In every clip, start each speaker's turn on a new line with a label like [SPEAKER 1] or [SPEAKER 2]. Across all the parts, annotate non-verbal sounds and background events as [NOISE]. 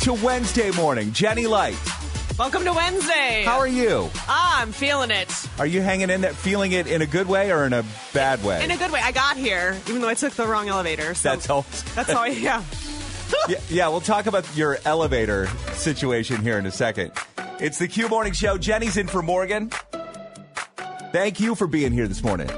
[SPEAKER 1] to Wednesday morning, Jenny Light.
[SPEAKER 2] Welcome to Wednesday.
[SPEAKER 1] How are you?
[SPEAKER 2] Ah, I'm feeling it
[SPEAKER 1] Are you hanging in there, feeling it in a good way or in a bad way?
[SPEAKER 2] in a good way. I got here, even though I took the wrong elevator. So
[SPEAKER 1] That's all.
[SPEAKER 2] That's how I. [LAUGHS] Yeah.
[SPEAKER 1] [LAUGHS] yeah, yeah, we'll talk about your elevator situation here in a second. It's the Q Morning Show. Jenny's in for Morgan. Thank you for being here this morning.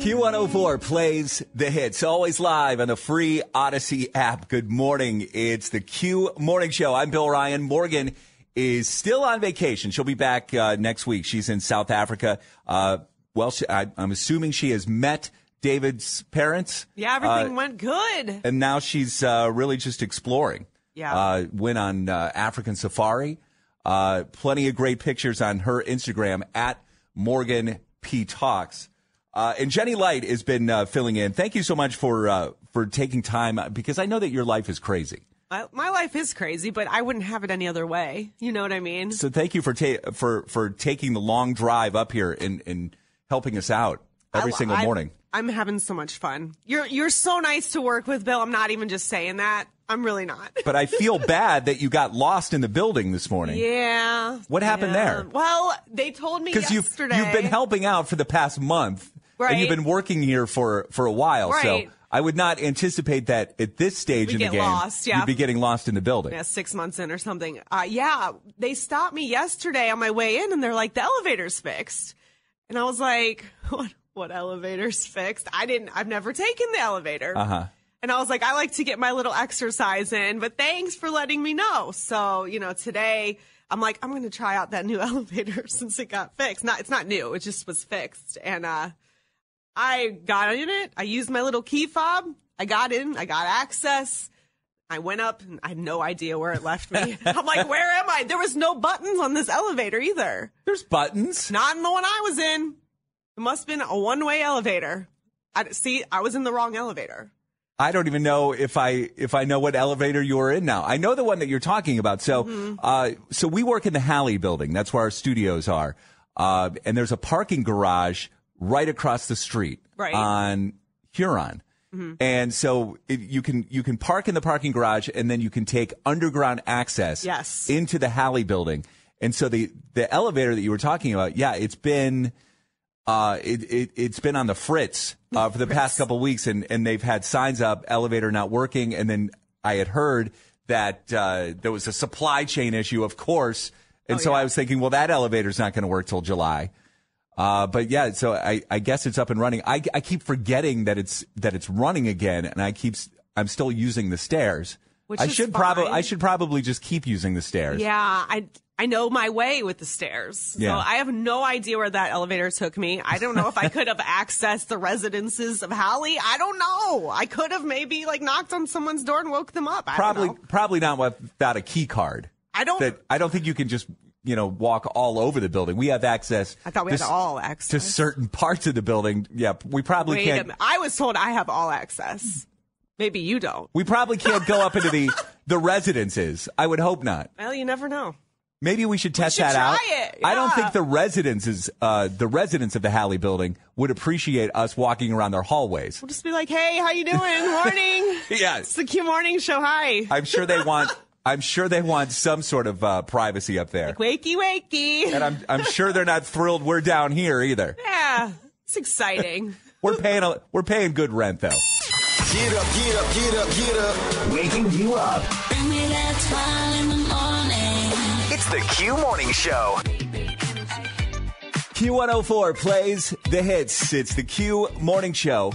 [SPEAKER 1] Q104 plays the hits, always live on the free Odyssey app. Good morning. It's the Q Morning Show. I'm Bill Ryan. Morgan is still on vacation. She'll be back uh, next week. She's in South Africa. Uh, well, she, I, I'm assuming she has met David's parents.
[SPEAKER 2] Yeah, everything
[SPEAKER 1] Uh,
[SPEAKER 2] went good.
[SPEAKER 1] and now she's uh, really just exploring.
[SPEAKER 2] Yeah.
[SPEAKER 1] Uh, went on uh, African safari. Uh, plenty of great pictures on her Instagram at Morgan P Talks. Uh, and Jenny Light has been uh, filling in. Thank you so much for uh, for taking time uh, because I know that your life is crazy.
[SPEAKER 2] My, my life is crazy, but I wouldn't have it any other way. You know what I mean?
[SPEAKER 1] So thank you for ta- for for taking the long drive up here and and helping us out every
[SPEAKER 2] I-
[SPEAKER 1] single
[SPEAKER 2] Oh, I'm-
[SPEAKER 1] morning.
[SPEAKER 2] I'm having so much fun. You're you're so nice to work with, Bill. I'm not even just saying that. I'm really not. [LAUGHS]
[SPEAKER 1] But I feel bad that you got lost in the building this morning.
[SPEAKER 2] [LAUGHS] Yeah.
[SPEAKER 1] What happened
[SPEAKER 2] Yeah.
[SPEAKER 1] there?
[SPEAKER 2] Well, they told me
[SPEAKER 1] [LAUGHS] because you've
[SPEAKER 2] yesterday.
[SPEAKER 1] you've been helping out for the past month, and
[SPEAKER 2] Right.
[SPEAKER 1] you've been working here for for a while.
[SPEAKER 2] Right.
[SPEAKER 1] So I would not anticipate that at this stage
[SPEAKER 2] We
[SPEAKER 1] in the
[SPEAKER 2] get
[SPEAKER 1] game,
[SPEAKER 2] lost, yeah.
[SPEAKER 1] you'd be getting lost in the building.
[SPEAKER 2] yeah, six months in or something. Uh, yeah, they stopped me yesterday on my way in, and they're like, "The elevator's fixed," and I was like, [LAUGHS] "What? What elevator's fixed? I didn't. I've never taken the elevator." Uh huh.
[SPEAKER 1] Uh-huh.
[SPEAKER 2] And I was like, "I like to get my little exercise in, but thanks for letting me know." So you know, today I'm like, I'm going to try out that new [LAUGHS] elevator since it got fixed. Not, it's not new. It just was fixed, and uh, I got in it. I used my little key fob. I got in. I got access. I went up and I had no idea where it left me. I'm like, where am I? There was no buttons on this elevator either.
[SPEAKER 1] There's buttons.
[SPEAKER 2] Not in the one I was in. It must have been a one way elevator. I, see, I was in the wrong elevator.
[SPEAKER 1] I don't even know if I if I know what elevator you're in now. I know the one that you're talking about. So uh, so we work in the Halley building. That's where our studios are, uh, and there's a parking garage right across the street
[SPEAKER 2] Right.
[SPEAKER 1] on Huron. And so it, you can you can park in the parking garage, and then you can take underground access
[SPEAKER 2] Yes.
[SPEAKER 1] into the Halley building. And so the the elevator that you were talking about, yeah, it's been uh, it, it, it's been on the fritz
[SPEAKER 2] [LAUGHS]
[SPEAKER 1] uh, for the past couple of weeks, and, and they've had signs up, elevator not working. And then I had heard that uh, there was a supply chain issue, of course.
[SPEAKER 2] Oh,
[SPEAKER 1] And so I was thinking, well, that elevator's not going to work till July. Uh, but yeah, so I, I guess it's up and running. I, I keep forgetting that it's that it's running again, and I keep s- I'm still using the stairs.
[SPEAKER 2] Which
[SPEAKER 1] I
[SPEAKER 2] is
[SPEAKER 1] should probably
[SPEAKER 2] fine.
[SPEAKER 1] I should probably just keep using the stairs.
[SPEAKER 2] Yeah, I I know my way with the stairs.
[SPEAKER 1] Yeah.
[SPEAKER 2] So I have no idea where that elevator took me. I don't know if I could have [LAUGHS] accessed the residences of Hallie. I don't know. I could have maybe like knocked on someone's door and woke them up. I
[SPEAKER 1] probably
[SPEAKER 2] Don't know.
[SPEAKER 1] probably not without a key card.
[SPEAKER 2] I don't.
[SPEAKER 1] that I don't think you can just you know walk all over the building. We have access.
[SPEAKER 2] I thought we
[SPEAKER 1] to,
[SPEAKER 2] had all
[SPEAKER 1] s-
[SPEAKER 2] access.
[SPEAKER 1] to certain parts of the building. Yeah, we probably
[SPEAKER 2] Wait a
[SPEAKER 1] can't.
[SPEAKER 2] minute. I was told I have all access. Maybe you don't.
[SPEAKER 1] We probably can't go up
[SPEAKER 2] [LAUGHS]
[SPEAKER 1] into the the residences. I would hope not.
[SPEAKER 2] Well, you never know.
[SPEAKER 1] Maybe we should test
[SPEAKER 2] should
[SPEAKER 1] that out.
[SPEAKER 2] try it.
[SPEAKER 1] I don't
[SPEAKER 2] Yeah.
[SPEAKER 1] think the residences, uh, the residents of the Halley Building would appreciate us walking around their hallways.
[SPEAKER 2] We'll just be like, hey, how you
[SPEAKER 1] [LAUGHS]
[SPEAKER 2] doing? Morning.
[SPEAKER 1] Yeah.
[SPEAKER 2] It's the Q Morning Show. Hi.
[SPEAKER 1] I'm sure they want. I'm sure they want some sort of uh, privacy up there.
[SPEAKER 2] wakey, wakey.
[SPEAKER 1] And I'm I'm sure they're not thrilled we're down here either.
[SPEAKER 2] Yeah. It's exciting.
[SPEAKER 1] We're paying a, we're paying good rent though.
[SPEAKER 3] Get up, get up, get up, get up. Waking you up. It's the Q Morning Show.
[SPEAKER 1] Q104 plays the hits. It's the Q Morning Show.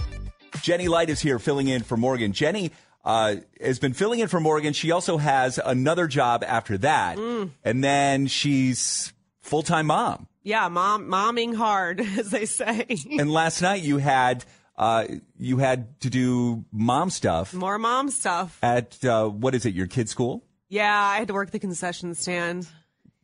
[SPEAKER 1] Jenny Light is here filling in for Morgan. Jenny uh, has been filling in for Morgan. She also has another job after that, and then she's full time mom.
[SPEAKER 2] Yeah, mom, momming hard, [LAUGHS] as they say.
[SPEAKER 1] And last night you had uh, you had to do mom stuff
[SPEAKER 2] More mom stuff.
[SPEAKER 1] at uh, what is it? Your kid's school?
[SPEAKER 2] Yeah, I had to work the concession stand.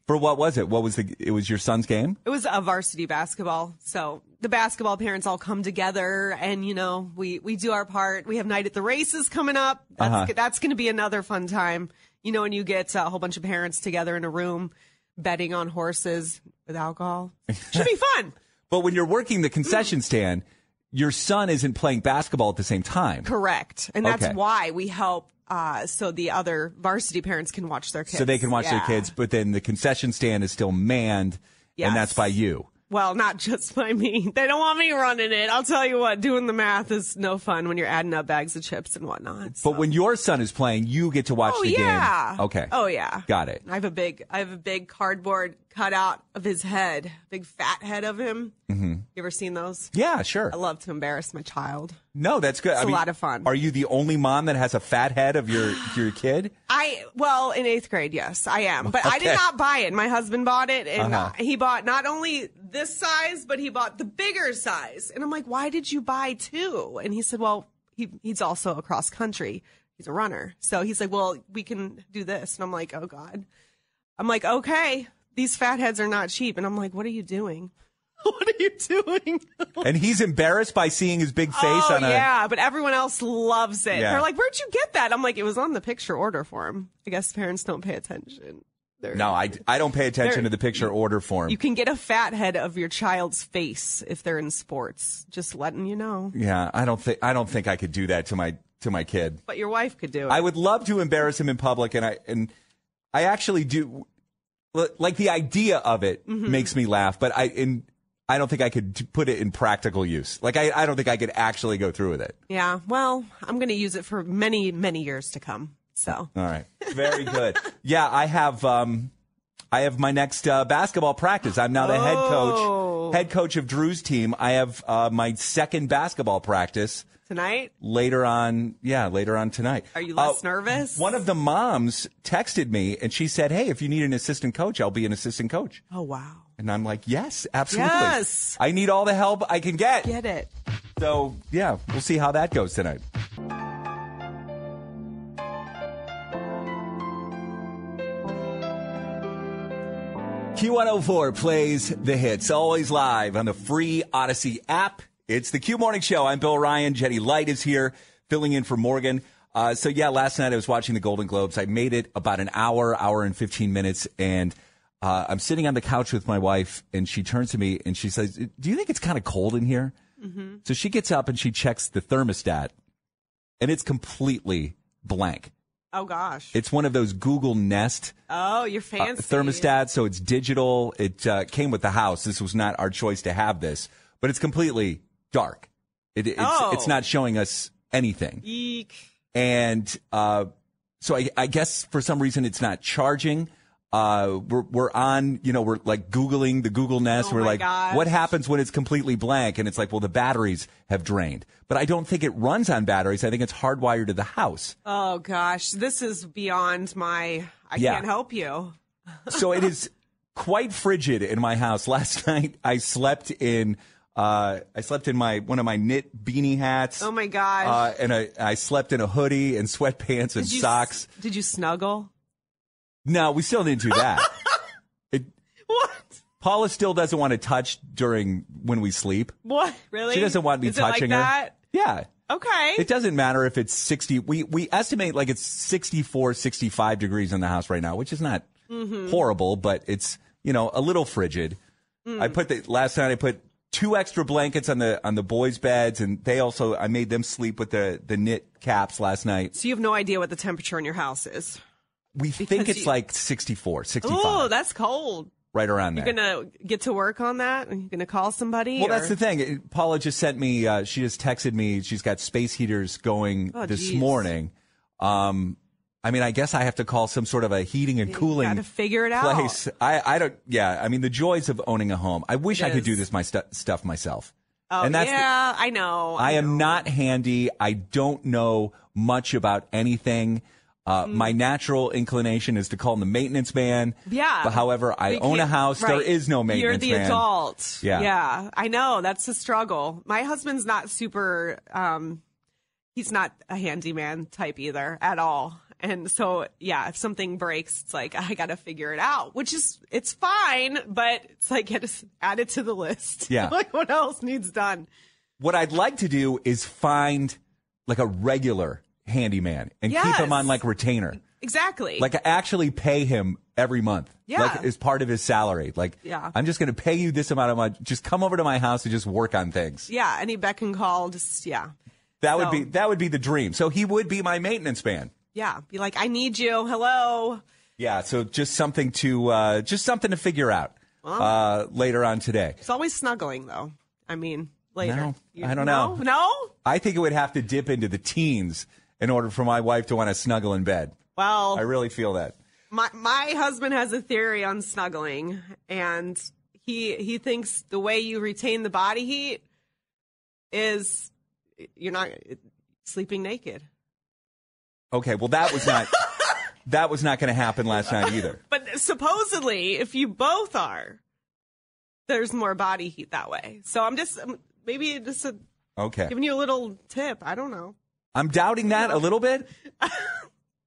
[SPEAKER 1] For what was it? What was the? It was your son's game.
[SPEAKER 2] It was a varsity basketball. So the basketball parents all come together and, you know, we, we do our part. We have night at the races coming up. That's,
[SPEAKER 1] Uh-huh.
[SPEAKER 2] that's going to be another fun time. You know, when you get a whole bunch of parents together in a room betting on horses with
[SPEAKER 1] [LAUGHS]
[SPEAKER 2] alcohol. Should be fun.
[SPEAKER 1] But when you're working the
[SPEAKER 2] Mm.
[SPEAKER 1] concession stand, your son isn't playing basketball at the same time.
[SPEAKER 2] Correct. And that's
[SPEAKER 1] Okay.
[SPEAKER 2] why we help uh, so the other varsity parents can watch their kids.
[SPEAKER 1] So they can watch their
[SPEAKER 2] Yeah.
[SPEAKER 1] kids, but then the concession stand is still manned,
[SPEAKER 2] Yes.
[SPEAKER 1] and that's by you.
[SPEAKER 2] Well, not just [LAUGHS] by me. They don't want me running it. I'll tell you what, doing the math is no fun when you're adding up bags of chips and whatnot.
[SPEAKER 1] But when your son is playing, you get to watch
[SPEAKER 2] Oh
[SPEAKER 1] the
[SPEAKER 2] yeah.
[SPEAKER 1] game. Okay.
[SPEAKER 2] Oh yeah.
[SPEAKER 1] Got it.
[SPEAKER 2] I have a big I have a big cardboard cutout of his head, big fat head of him. Mm-hmm. You ever seen those?
[SPEAKER 1] Yeah, sure.
[SPEAKER 2] I love to embarrass my child.
[SPEAKER 1] No, that's good. It's
[SPEAKER 2] a lot of fun.
[SPEAKER 1] Are you the only mom that has a fat head of
[SPEAKER 2] [GASPS]
[SPEAKER 1] your your kid?
[SPEAKER 2] I well in eighth grade, yes, I am, but I did
[SPEAKER 1] Okay.
[SPEAKER 2] not buy it. My husband bought it, and
[SPEAKER 1] Uh-huh.
[SPEAKER 2] he bought not only this size, but he bought the bigger size. And I'm like, why did you buy two? And he said, well, he he's also a cross country. He's a runner, so he's like, well, we can do this. And I'm like, oh god. I'm like, okay, these fatheads are not cheap. And I'm like, what are you doing? [LAUGHS] what are you doing?
[SPEAKER 1] And he's embarrassed by seeing his big face
[SPEAKER 2] oh
[SPEAKER 1] on a.
[SPEAKER 2] yeah, but everyone else loves it.
[SPEAKER 1] Yeah.
[SPEAKER 2] They're like, "Where'd you get that?" I'm like, "It was on the picture order form." I guess parents don't pay attention. They're-
[SPEAKER 1] No, I, I don't pay attention
[SPEAKER 2] There-
[SPEAKER 1] to the picture order form.
[SPEAKER 2] you can get a fat head of your child's face if they're in sports. Just letting you know.
[SPEAKER 1] yeah, I don't think I don't think I could do that to my to my kid.
[SPEAKER 2] But your wife could do it.
[SPEAKER 1] I would love to embarrass him in public, and I and I actually do. li- Like the idea of it makes me laugh, but I in I don't think I could t- put it in practical use. Like I, I don't think I could actually go through with it.
[SPEAKER 2] yeah. Well, I'm going to use it for many, many years to come. So
[SPEAKER 1] All right, very good. yeah, I have um, I have my next uh, basketball practice. I'm now the head coach head coach of Drew's team. I have uh, my second basketball practice
[SPEAKER 2] tonight,
[SPEAKER 1] later on. Yeah, later on tonight.
[SPEAKER 2] are you less
[SPEAKER 1] Uh,
[SPEAKER 2] nervous?
[SPEAKER 1] One of the moms texted me and she said, Hey, if you need an assistant coach, I'll be an assistant coach.
[SPEAKER 2] oh wow.
[SPEAKER 1] And I'm like, Yes, absolutely.
[SPEAKER 2] Yes.
[SPEAKER 1] I need all the help I can get.
[SPEAKER 2] Get it.
[SPEAKER 1] So, yeah, we'll see how that goes tonight. Q104 plays the hits, always live on the free Odyssey app. It's the Q Morning Show. I'm Bill Ryan. Jenny Light is here, filling in for Morgan. Uh, so yeah, last night I was watching the Golden Globes. I made it about an hour, hour and 15 minutes, and uh, I'm sitting on the couch with my wife, and she turns to me and she says, "Do you think it's kind of cold in here?" So she gets up and she checks the thermostat, and it's completely blank.
[SPEAKER 2] Oh gosh.
[SPEAKER 1] It's one of those Google Nest
[SPEAKER 2] oh, you're
[SPEAKER 1] uh,
[SPEAKER 2] fancy.
[SPEAKER 1] thermostat, so it's digital. It uh, came with the house. This was not our choice to have this, but it's completely dark. It, it's,
[SPEAKER 2] Oh.
[SPEAKER 1] it's not showing us anything.
[SPEAKER 2] Eek.
[SPEAKER 1] And uh, so I, I guess for some reason it's not charging. Uh, we're, we're on, you know, we're like Googling the Google Nest.
[SPEAKER 2] Oh
[SPEAKER 1] we're
[SPEAKER 2] my
[SPEAKER 1] like,
[SPEAKER 2] gosh.
[SPEAKER 1] what happens when it's completely blank? And it's like, well, the batteries have drained. But I don't think it runs on batteries. I think it's hardwired to the house.
[SPEAKER 2] Oh gosh, this is beyond my. I
[SPEAKER 1] Yeah.
[SPEAKER 2] can't help you.
[SPEAKER 1] so it is [LAUGHS] quite frigid in my house. Last [LAUGHS] night I slept in uh, I slept in my one of my knit beanie hats.
[SPEAKER 2] Oh my gosh.
[SPEAKER 1] Uh, and I, I slept in a hoodie and sweatpants and
[SPEAKER 2] Did you-
[SPEAKER 1] socks.
[SPEAKER 2] Did you snuggle?
[SPEAKER 1] No, we still didn't do
[SPEAKER 2] [LAUGHS]
[SPEAKER 1] that. it,
[SPEAKER 2] What?
[SPEAKER 1] Paula still doesn't want to touch during when we sleep.
[SPEAKER 2] What? Really?
[SPEAKER 1] She doesn't want me
[SPEAKER 2] Is
[SPEAKER 1] touching
[SPEAKER 2] it like that?
[SPEAKER 1] her. Yeah.
[SPEAKER 2] Okay.
[SPEAKER 1] It doesn't matter if it's 60. We, we estimate like it's 64, 65 degrees in the house right now, which is not
[SPEAKER 2] Mm-hmm.
[SPEAKER 1] horrible, but it's, you know, a little frigid.
[SPEAKER 2] Mm.
[SPEAKER 1] I put the last night I put two extra blankets on the, on the boys' beds and they also, I made them sleep with the, the knit caps last night.
[SPEAKER 2] so you have no idea what the temperature in your house is.
[SPEAKER 1] We think it's
[SPEAKER 2] you-
[SPEAKER 1] like 64, 65,
[SPEAKER 2] Oh, that's cold.
[SPEAKER 1] right around there.
[SPEAKER 2] You're gonna get to work on that. Are you gonna call somebody?
[SPEAKER 1] Well, that's
[SPEAKER 2] or-
[SPEAKER 1] the thing. It- Paula just sent me. Uh, she just texted me. She's got space heaters going
[SPEAKER 2] Oh,
[SPEAKER 1] this
[SPEAKER 2] geez.
[SPEAKER 1] morning. Um, I mean, I guess I have to call some sort of a heating and cooling
[SPEAKER 2] gotta figure it out.
[SPEAKER 1] place. I, I don't. Yeah, I mean, the joys of owning a home. I wish I could
[SPEAKER 2] is.
[SPEAKER 1] do this my stu- stuff myself.
[SPEAKER 2] Oh,
[SPEAKER 1] and that's the-
[SPEAKER 2] yeah, I know.
[SPEAKER 1] I am not handy. I don't know much about anything. Uh,
[SPEAKER 2] Mm-hmm.
[SPEAKER 1] My natural inclination is to call in the maintenance man.
[SPEAKER 2] Yeah.
[SPEAKER 1] But however, I
[SPEAKER 2] We
[SPEAKER 1] own a
[SPEAKER 2] can't-
[SPEAKER 1] house. There
[SPEAKER 2] right.
[SPEAKER 1] is no maintenance
[SPEAKER 2] You're the
[SPEAKER 1] man.
[SPEAKER 2] adult.
[SPEAKER 1] Yeah.
[SPEAKER 2] Yeah. I know. That's the struggle. My husband's not super, um, he's not a handyman type either at all. And so, yeah, if something breaks, it's like, I got to figure it out, which is, it's fine, but it's like, get us add it to the list. [LAUGHS]
[SPEAKER 1] Yeah.
[SPEAKER 2] like, what else needs done?
[SPEAKER 1] what I'd like to do is find like a regular handyman and keep him
[SPEAKER 2] Yes.
[SPEAKER 1] on like retainer.
[SPEAKER 2] Exactly.
[SPEAKER 1] Like actually pay him every month.
[SPEAKER 2] Yeah.
[SPEAKER 1] Like as part of his salary. Like
[SPEAKER 2] Yeah.
[SPEAKER 1] I'm just gonna pay you this amount of money. Just come over to my house and just work on things.
[SPEAKER 2] yeah. Any beck and call, just, yeah.
[SPEAKER 1] That would
[SPEAKER 2] So-
[SPEAKER 1] be that would be the dream. So he would be my maintenance man.
[SPEAKER 2] Yeah. Be like, I need you. Hello.
[SPEAKER 1] Yeah, so just something to uh just something to figure out uh later on today.
[SPEAKER 2] It's always snuggling, though. I mean, later.
[SPEAKER 1] No,
[SPEAKER 2] You-
[SPEAKER 1] I don't know.
[SPEAKER 2] No? no?
[SPEAKER 1] I think it would have to dip into the teens in order for my wife to want to snuggle in bed.
[SPEAKER 2] Well,
[SPEAKER 1] I really feel that.
[SPEAKER 2] my my husband has a theory on snuggling, and he he thinks the way you retain the body heat is you're not sleeping naked.
[SPEAKER 1] Okay, well that was not that was not going to happen last night either.
[SPEAKER 2] But supposedly, if you both are, there's more body heat that way. So I'm just um, maybe just a,
[SPEAKER 1] Okay,
[SPEAKER 2] giving you a little tip. I don't know.
[SPEAKER 1] I'm doubting that a little bit,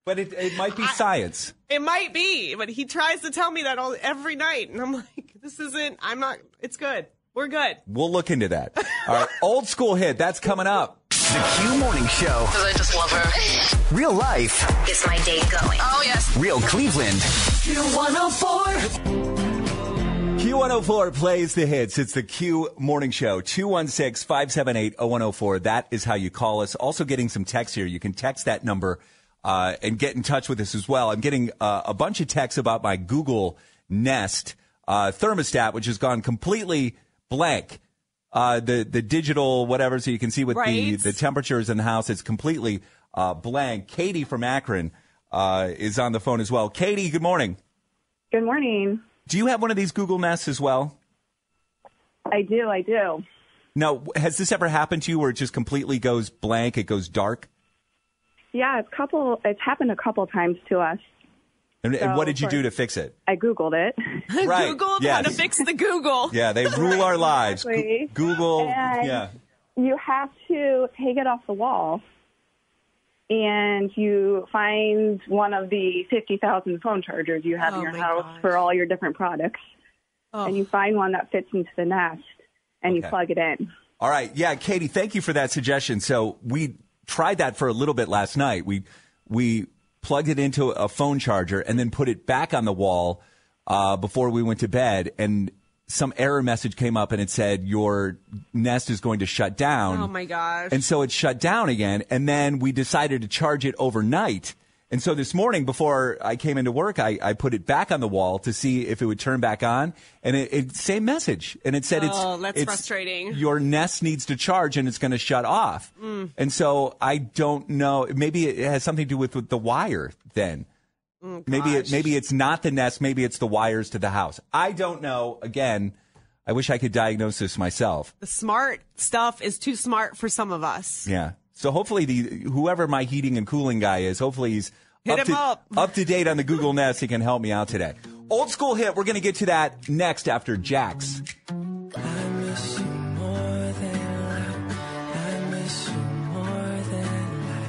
[SPEAKER 1] but it it might be science.
[SPEAKER 2] It might be, but he tries to tell me that all every night, and I'm like, this isn't. I'm not. It's good. We're good.
[SPEAKER 1] We'll look into that. All right, old school hit that's coming up.
[SPEAKER 3] The Q Morning Show.
[SPEAKER 4] I just love her.
[SPEAKER 3] Real life,
[SPEAKER 4] Gets my day going. Oh, yes.
[SPEAKER 3] real Cleveland.
[SPEAKER 1] Q104 plays the hits. It's the Q Morning Show, 216 578 0104. That is how you call us. Also, getting some texts here. You can text that number uh, and get in touch with us as well. I'm getting uh, a bunch of texts about my Google Nest uh, thermostat, which has gone completely blank. Uh, the, the digital whatever, so you can see what the,
[SPEAKER 2] Right.
[SPEAKER 1] the temperatures in the house is completely uh, blank. Katie from Akron uh, is on the phone as well. Katie, good morning.
[SPEAKER 5] Good morning.
[SPEAKER 1] Do you have one of these Google Nests as well?
[SPEAKER 5] I do, I do.
[SPEAKER 1] Now, w- has this ever happened to you where it just completely goes blank? It goes dark?
[SPEAKER 5] Yeah, it's couple. It's happened a couple times to us.
[SPEAKER 1] And, and
[SPEAKER 5] No,
[SPEAKER 1] what did you
[SPEAKER 5] of
[SPEAKER 1] do
[SPEAKER 5] course.
[SPEAKER 1] to fix it?
[SPEAKER 5] I googled it.
[SPEAKER 2] [LAUGHS]
[SPEAKER 1] Right.
[SPEAKER 2] Google how
[SPEAKER 1] yes.
[SPEAKER 2] to fix the Google.
[SPEAKER 1] [LAUGHS] Yeah, they rule our lives. Go-
[SPEAKER 5] Exactly.
[SPEAKER 1] Google.
[SPEAKER 5] And-
[SPEAKER 1] Yeah.
[SPEAKER 5] You have to take it off the wall, and you find one of the fifty thousand phone chargers you have
[SPEAKER 2] Oh
[SPEAKER 5] in your
[SPEAKER 2] my
[SPEAKER 5] house
[SPEAKER 2] gosh.
[SPEAKER 5] for all your different products, and you find one that fits into the nest, and
[SPEAKER 1] Okay.
[SPEAKER 5] you plug it in.
[SPEAKER 1] All right. Yeah, Katie, thank you for that suggestion. So we tried that for a little bit last night. We we plugged it into a phone charger and then put it back on the wall uh, before we went to bed, and some error message came up and it said your Nest is going to shut down.
[SPEAKER 2] Oh my gosh.
[SPEAKER 1] And so it shut down again. And then we decided to charge it overnight. And so this morning, before I came into work, I, I put it back on the wall to see if it would turn back on. And it, it same message. And it said,
[SPEAKER 2] Oh,
[SPEAKER 1] it's,
[SPEAKER 2] that's
[SPEAKER 1] it's-
[SPEAKER 2] frustrating. Mm.
[SPEAKER 1] Your nest needs to charge and it's going to shut off. And so I don't know. Maybe it has something to do with, with the wire then.
[SPEAKER 2] Oh,
[SPEAKER 1] maybe it, maybe it's not the nest. Maybe it's the wires to the house. I don't know. Again, I wish I could diagnose this myself.
[SPEAKER 2] the smart stuff is too smart for some of us.
[SPEAKER 1] Yeah. So hopefully the whoever my heating and cooling guy is, hopefully he's
[SPEAKER 2] Hit
[SPEAKER 1] up,
[SPEAKER 2] him
[SPEAKER 1] to,
[SPEAKER 2] up.
[SPEAKER 1] to date on the Google Nest. He can help me out today. Old school hit. We're going to get to that next after Jax.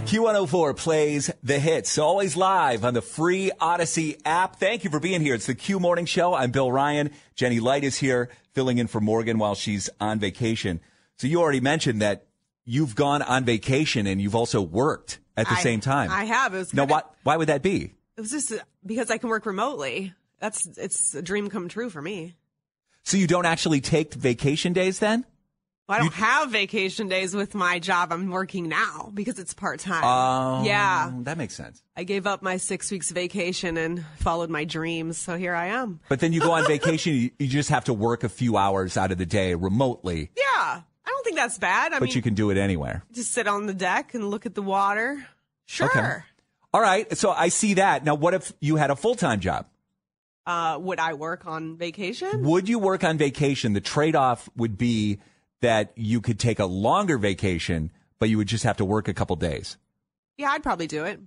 [SPEAKER 1] Q104 plays the hits, always live on the free Odyssey app. Thank you for being here. It's the Q Morning Show. I'm Bill Ryan. Jenny Light is here filling in for Morgan while she's on vacation. So you already mentioned that you've gone on vacation and you've also worked at the
[SPEAKER 2] I-
[SPEAKER 1] same time.
[SPEAKER 2] I have. It was
[SPEAKER 1] now,
[SPEAKER 2] kinda-
[SPEAKER 1] why, why would that be?
[SPEAKER 2] It was just uh, because I can work remotely. That's it's a dream come true for me.
[SPEAKER 1] So you don't actually take vacation days then?
[SPEAKER 2] Well, I don't have vacation days with my job. I'm working now because it's part time.
[SPEAKER 1] Oh,
[SPEAKER 2] yeah.
[SPEAKER 1] That makes sense.
[SPEAKER 2] I gave up my six weeks vacation and followed my dreams. So here I am.
[SPEAKER 1] But then you go on vacation, [LAUGHS] you, you just have to work a few hours out of the day remotely,
[SPEAKER 2] Yeah. I don't think that's bad. I
[SPEAKER 1] but
[SPEAKER 2] mean,
[SPEAKER 1] you can do it anywhere.
[SPEAKER 2] just sit on the deck and look at the water. Sure.
[SPEAKER 1] All right. So I see that. Now, what if you had a full time job?
[SPEAKER 2] Uh, would I work on vacation?
[SPEAKER 1] Would you work on vacation? The trade off would be that you could take a longer vacation, but you would just have to work a couple days.
[SPEAKER 2] Yeah, I'd probably do it.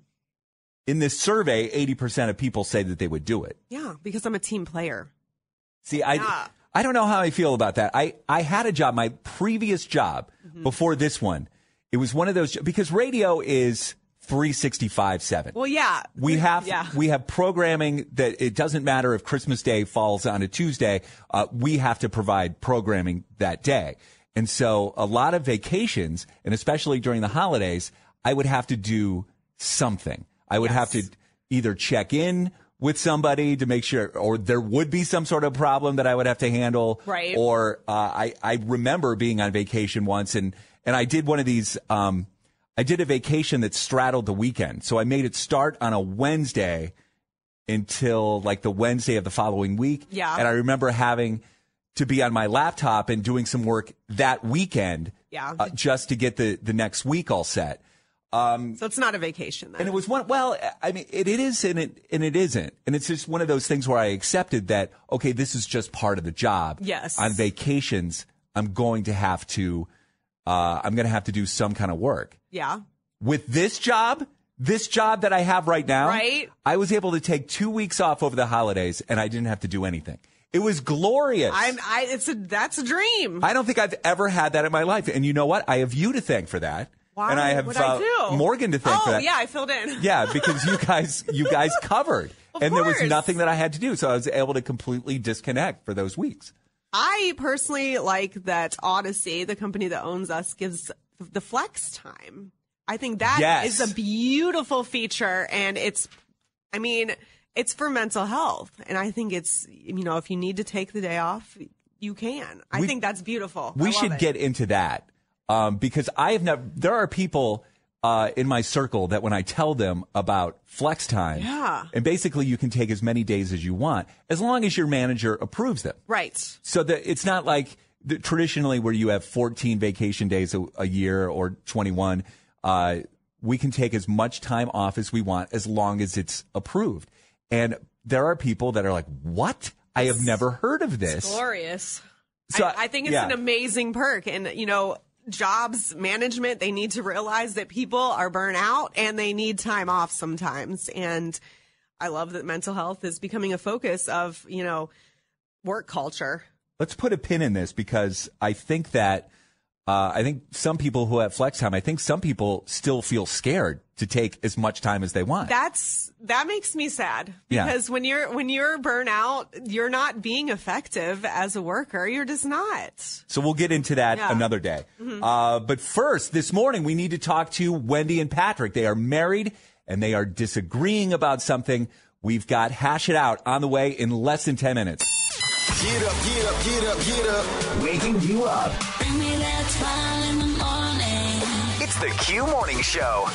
[SPEAKER 1] In this survey, 80% of people say that they would do it.
[SPEAKER 2] Yeah, because I'm a team player.
[SPEAKER 1] See, I,
[SPEAKER 2] Yeah.
[SPEAKER 1] I don't know how I feel about that. I, I had a job, my previous job
[SPEAKER 2] Mm-hmm.
[SPEAKER 1] before this one. It was one of those, because radio is 365 7.
[SPEAKER 2] Well, yeah.
[SPEAKER 1] We have
[SPEAKER 2] Yeah.
[SPEAKER 1] we have programming that it doesn't matter if Christmas Day falls on a Tuesday. Uh, we have to provide programming that day, and so a lot of vacations, and especially during the holidays, I would have to do something. I would have to either check in with somebody to make sure, or there would be some sort of problem that I would have to handle,
[SPEAKER 6] Right.
[SPEAKER 1] Or uh, I I remember being on vacation once, and and I did one of these. Um, I did a vacation that straddled the weekend. So I made it start on a Wednesday until like the Wednesday of the following week.
[SPEAKER 6] Yeah.
[SPEAKER 1] And I remember having to be on my laptop and doing some work that weekend.
[SPEAKER 2] Yeah.
[SPEAKER 1] uh, just to get the, the next week all set. Um,
[SPEAKER 2] so it's not a vacation then.
[SPEAKER 1] And it was one, well, I mean, it, it is and it, and it isn't. And it's just one of those things where I accepted that, okay, this is just part of the job.
[SPEAKER 2] Yes.
[SPEAKER 1] On vacations, I'm going to have to, uh, I'm going to have to do some kind of work
[SPEAKER 2] yeah.
[SPEAKER 1] with this job, this job that I have right now,
[SPEAKER 2] Right.
[SPEAKER 1] I was able to take two weeks off over the holidays and I didn't have to do anything. It was glorious.
[SPEAKER 2] I'm, I, it's a, that's a dream.
[SPEAKER 1] I don't think I've ever had that in my life. And you know what? I have you to thank for that.
[SPEAKER 2] Why
[SPEAKER 1] and I have
[SPEAKER 2] would I
[SPEAKER 1] uh,
[SPEAKER 2] do?
[SPEAKER 1] Morgan to thank
[SPEAKER 2] oh,
[SPEAKER 1] for that.
[SPEAKER 2] yeah, I filled in. [LAUGHS]
[SPEAKER 1] Yeah, because you guys, you guys covered.
[SPEAKER 2] Of
[SPEAKER 1] and there was
[SPEAKER 2] course.
[SPEAKER 1] nothing that I had to do. So I was able to completely disconnect for those weeks.
[SPEAKER 2] I personally like that Odyssey, the company that owns us, gives the flex time. I think that is
[SPEAKER 1] Yes.
[SPEAKER 2] a beautiful feature, and it's, I mean, it's for mental health, and I think it's, you know, if you need to take the day off, you can. I
[SPEAKER 1] We-
[SPEAKER 2] think that's beautiful. I
[SPEAKER 1] We
[SPEAKER 2] love
[SPEAKER 1] should
[SPEAKER 2] it.
[SPEAKER 1] get into that um, because I have never. There are people uh, in my circle that when I tell them about flex time,
[SPEAKER 2] Yeah.
[SPEAKER 1] and basically you can take as many days as you want as long as your manager approves them.
[SPEAKER 2] right.
[SPEAKER 1] So that it's not like the, traditionally where you have 14 vacation days a, a year or 21. Uh, we can take as much time off as we want as long as it's approved. And there are people that are like, "What? I have never heard of this."
[SPEAKER 2] glorious.
[SPEAKER 1] So,
[SPEAKER 2] I, I think it's
[SPEAKER 1] yeah.
[SPEAKER 2] an amazing perk, and you know, jobs management they need to realize that people are burnt out and they need time off sometimes. And I love that mental health is becoming a focus of you know work culture.
[SPEAKER 1] let's put a pin in this because I think that uh, I think some people who have flex time, I think some people still feel scared to take as much time as they want.
[SPEAKER 2] That's that makes me sad
[SPEAKER 1] Yeah.
[SPEAKER 2] because when you're when you're burnt out, you're not being effective as a worker. You're just not.
[SPEAKER 1] so we'll get into that
[SPEAKER 2] Yeah.
[SPEAKER 1] another day.
[SPEAKER 2] Mhm.
[SPEAKER 1] Uh, but first, this morning we need to talk to Wendy and Patrick. They are married and they are disagreeing about something. We've got hash it out on the way in less than ten minutes.
[SPEAKER 3] Get up, get up, get up, get up. Waking you up.
[SPEAKER 4] Bring me that smile in the morning.
[SPEAKER 3] It's the Q Morning Show.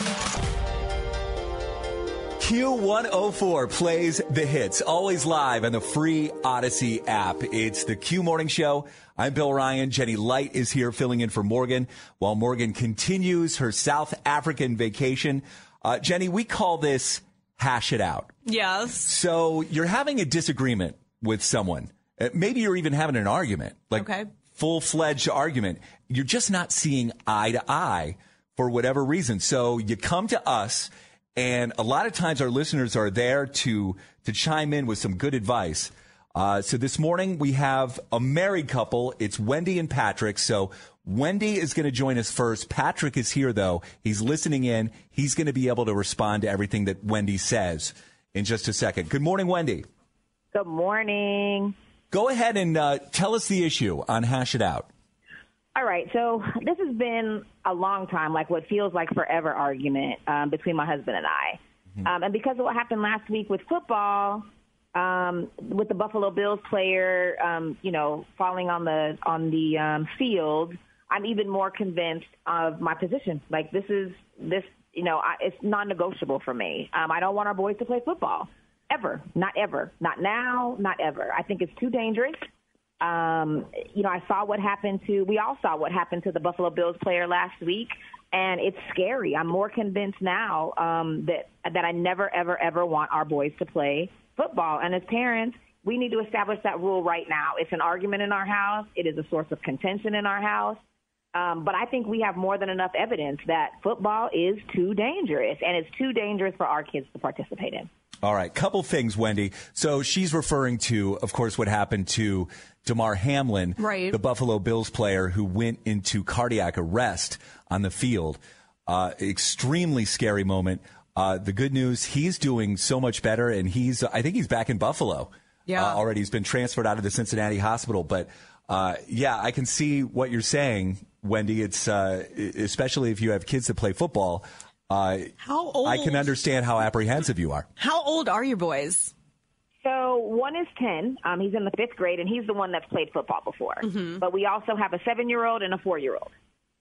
[SPEAKER 1] Q104 plays the hits, always live on the free Odyssey app. It's the Q Morning Show. I'm Bill Ryan. Jenny Light is here filling in for Morgan while Morgan continues her South African vacation. Uh, Jenny, we call this hash it out.
[SPEAKER 2] Yes.
[SPEAKER 1] So you're having a disagreement with someone. Uh, Maybe you're even having an argument, like
[SPEAKER 2] Okay.
[SPEAKER 1] full fledged argument. You're just not seeing eye to eye for whatever reason. So you come to us, and a lot of times our listeners are there to to chime in with some good advice. Uh, so this morning we have a married couple. It's Wendy and Patrick. So Wendy is going to join us first. Patrick is here though. He's listening in. He's going to be able to respond to everything that Wendy says in just a second. Good morning, Wendy.
[SPEAKER 7] Good morning.
[SPEAKER 1] Go ahead and uh, tell us the issue on Hash It Out.
[SPEAKER 6] All right, so this has been a long time, like what feels like forever argument um, between my husband and I. Um, and because of what happened last week with football, um, with the Buffalo Bills player, um, you know, falling on the on the um, field, I'm even more convinced of my position. Like this is this, you know, I, it's non-negotiable for me. Um, I don't want our boys to play football ever, not ever, not now, not ever. I think it's too dangerous. Um, you know, I saw what happened to. We all saw what happened to the Buffalo Bills player last week, and it's scary. I'm more convinced now um, that that I never, ever, ever want our boys to play football. And as parents, we need to establish that rule right now. It's an argument in our house. It is a source of contention in our house. Um, but I think we have more than enough evidence that football is too dangerous, and it's too dangerous for our kids to participate in.
[SPEAKER 1] All right, couple things, Wendy. So she's referring to, of course, what happened to Damar Hamlin,
[SPEAKER 7] Right.
[SPEAKER 1] the Buffalo Bills player who went into cardiac arrest on the field. Uh, extremely scary moment. Uh, the good news, he's doing so much better, and he's, I think he's back in Buffalo.
[SPEAKER 8] Yeah.
[SPEAKER 1] uh, already. He's been transferred out of the Cincinnati hospital, but uh, yeah, I can see what you're saying, Wendy. It's uh, especially if you have kids that play football. Uh,
[SPEAKER 6] How
[SPEAKER 1] I can
[SPEAKER 6] old?
[SPEAKER 1] understand how apprehensive you are.
[SPEAKER 6] How old are your boys? So one is ten. Um, he's in the fifth grade, and he's the one that's played football before. But we also have a seven-year-old and a four-year-old.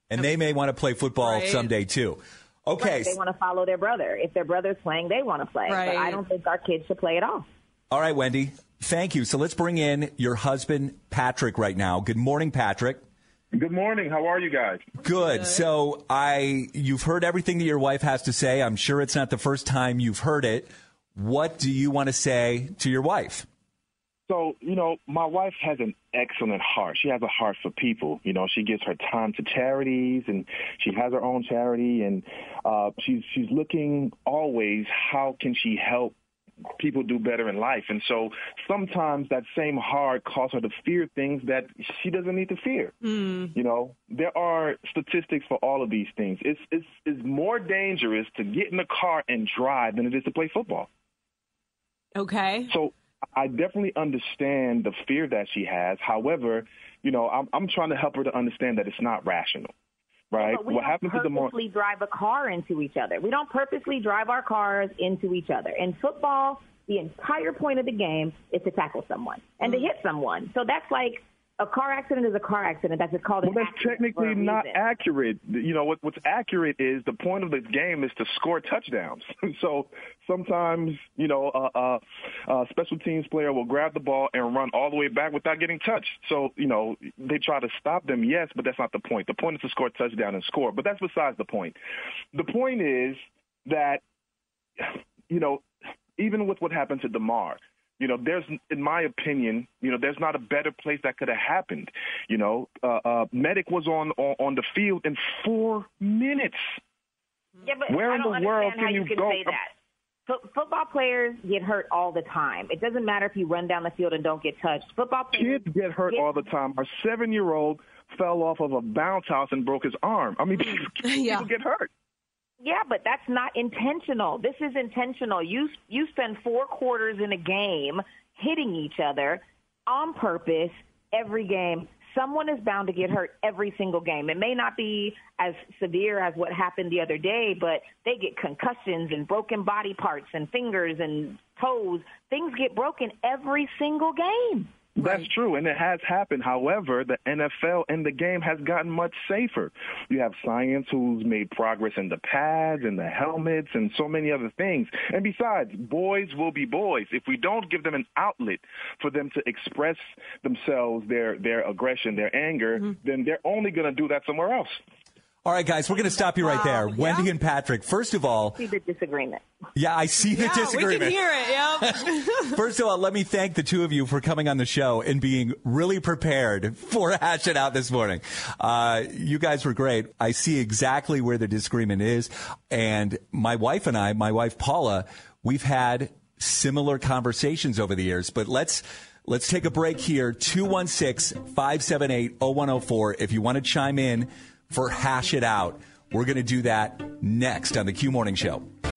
[SPEAKER 1] And they may want to play football
[SPEAKER 6] Right.
[SPEAKER 1] someday too. Okay.
[SPEAKER 6] Right, they want to follow their brother. If their brother's playing, they want to play. But I
[SPEAKER 1] Right.
[SPEAKER 6] don't think our kids should play at all.
[SPEAKER 1] All right, Wendy. Thank you. So let's bring in your husband, Patrick, right now. Good morning, Patrick.
[SPEAKER 9] Good morning. How are you guys?
[SPEAKER 1] Good. So I you've heard everything that your wife has to say. I'm sure it's not the first time you've heard it. What do you want to say to your wife?
[SPEAKER 9] So, you know, my wife has an excellent heart. She has a heart for people. You know, she gives her time to charities and she has her own charity and uh, she's she's looking always how can she help people do better in life. And so sometimes that same heart causes her to fear things that she doesn't need to fear. You know, there are statistics for all of these things. It's it's it's more dangerous to get in the car and drive than it is to play football.
[SPEAKER 2] Okay.
[SPEAKER 9] So I definitely understand the fear that she has. However, you know, I'm, I'm trying to help her to understand that it's not rational, right?
[SPEAKER 6] But we
[SPEAKER 9] what
[SPEAKER 6] don't
[SPEAKER 9] happened to the
[SPEAKER 6] purposely drive a car into each other. We don't purposely drive our cars into each other. In football, the entire point of the game is to tackle someone and to hit someone. So that's like a car accident is a car accident. That's just called
[SPEAKER 9] Well,
[SPEAKER 6] an
[SPEAKER 9] that's
[SPEAKER 6] accident for
[SPEAKER 9] technically
[SPEAKER 6] a
[SPEAKER 9] not
[SPEAKER 6] reason.
[SPEAKER 9] accurate. You know, what, what's accurate is the point of the game is to score touchdowns. so sometimes, you know, a uh, uh, special teams player will grab the ball and run all the way back without getting touched. So, you know, they try to stop them, yes, but that's not the point. The point is to score a touchdown and score, but that's besides the point. The point is that you know, even with what happened to Demar, you know, there's, in my opinion, you know, there's not a better place that could have happened. You know, uh, uh, Medic was on, on on the field in four minutes.
[SPEAKER 6] Yeah, but
[SPEAKER 9] Where
[SPEAKER 6] I
[SPEAKER 9] in
[SPEAKER 6] don't
[SPEAKER 9] the world
[SPEAKER 6] understand how
[SPEAKER 9] can
[SPEAKER 6] you
[SPEAKER 9] you
[SPEAKER 6] can
[SPEAKER 9] go-
[SPEAKER 6] say that? Fo- football players get hurt all the time. It doesn't matter if you run down the field and don't get touched. Football players
[SPEAKER 9] Kids get hurt all the time. Our seven-year-old fell off of a bounce house and broke his arm. I
[SPEAKER 2] Mm.
[SPEAKER 9] mean,
[SPEAKER 2] [LAUGHS]
[SPEAKER 9] people get hurt.
[SPEAKER 6] Yeah, but that's not intentional. This is intentional. You you spend four quarters in a game hitting each other on purpose every game. Someone is bound to get hurt every single game. It may not be as severe as what happened the other day, but they get concussions and broken body parts and fingers and toes. Things get broken every single game.
[SPEAKER 9] That's true, and it has happened. However, the NFL and the game has gotten much safer. You have science who's made progress in the pads and the helmets and so many other things. And besides, boys will be boys. If we don't give them an outlet for them to express themselves, their their aggression, their anger, then they're only going to do that somewhere else.
[SPEAKER 1] All right, guys, we're going to stop you right there. Wendy and Patrick, first of all,
[SPEAKER 6] See the disagreement.
[SPEAKER 1] yeah, I see the disagreement.
[SPEAKER 6] it. Yep.
[SPEAKER 1] First of all, let me thank the two of you for coming on the show and being really prepared for [LAUGHS] Hash It Out this morning. Uh, you guys were great. I see exactly where the disagreement is. And my wife and I, my wife Paula, we've had similar conversations over the years, but let's. Let's take a break here. 216 578 0104. If you want to chime in for Hash It Out, we're going to do that next on the Q Morning Show.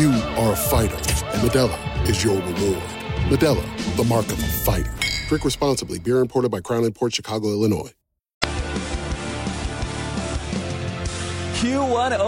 [SPEAKER 8] You are a fighter, and Medella is your reward. Medella, the mark of a fighter. Drink responsibly. Beer imported by Crown Port Chicago, Illinois.
[SPEAKER 1] Q104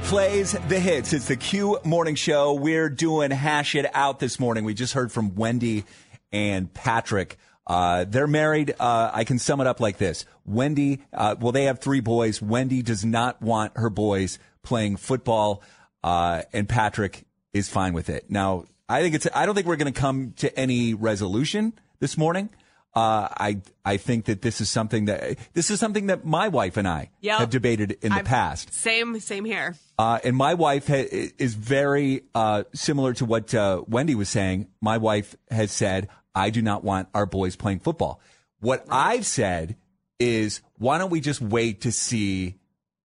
[SPEAKER 1] plays the hits. It's the Q Morning Show. We're doing Hash It Out this morning. We just heard from Wendy and Patrick. Uh, they're married. Uh, I can sum it up like this. Wendy, uh, well, they have three boys. Wendy does not want her boys playing football, uh, and Patrick is fine with it. Now, I think it's, I don't think we're going to come to any resolution this morning. Uh, I, I think that this is something that, this is something that my wife and I
[SPEAKER 2] Yep.
[SPEAKER 1] have debated in the
[SPEAKER 2] I've- [LAUGHS]
[SPEAKER 1] past.
[SPEAKER 2] Same, same here.
[SPEAKER 1] Uh, and my wife ha- is very uh, similar to what uh, Wendy was saying. My wife has said, I do not want our boys playing football. What I've said is, why don't we just wait to see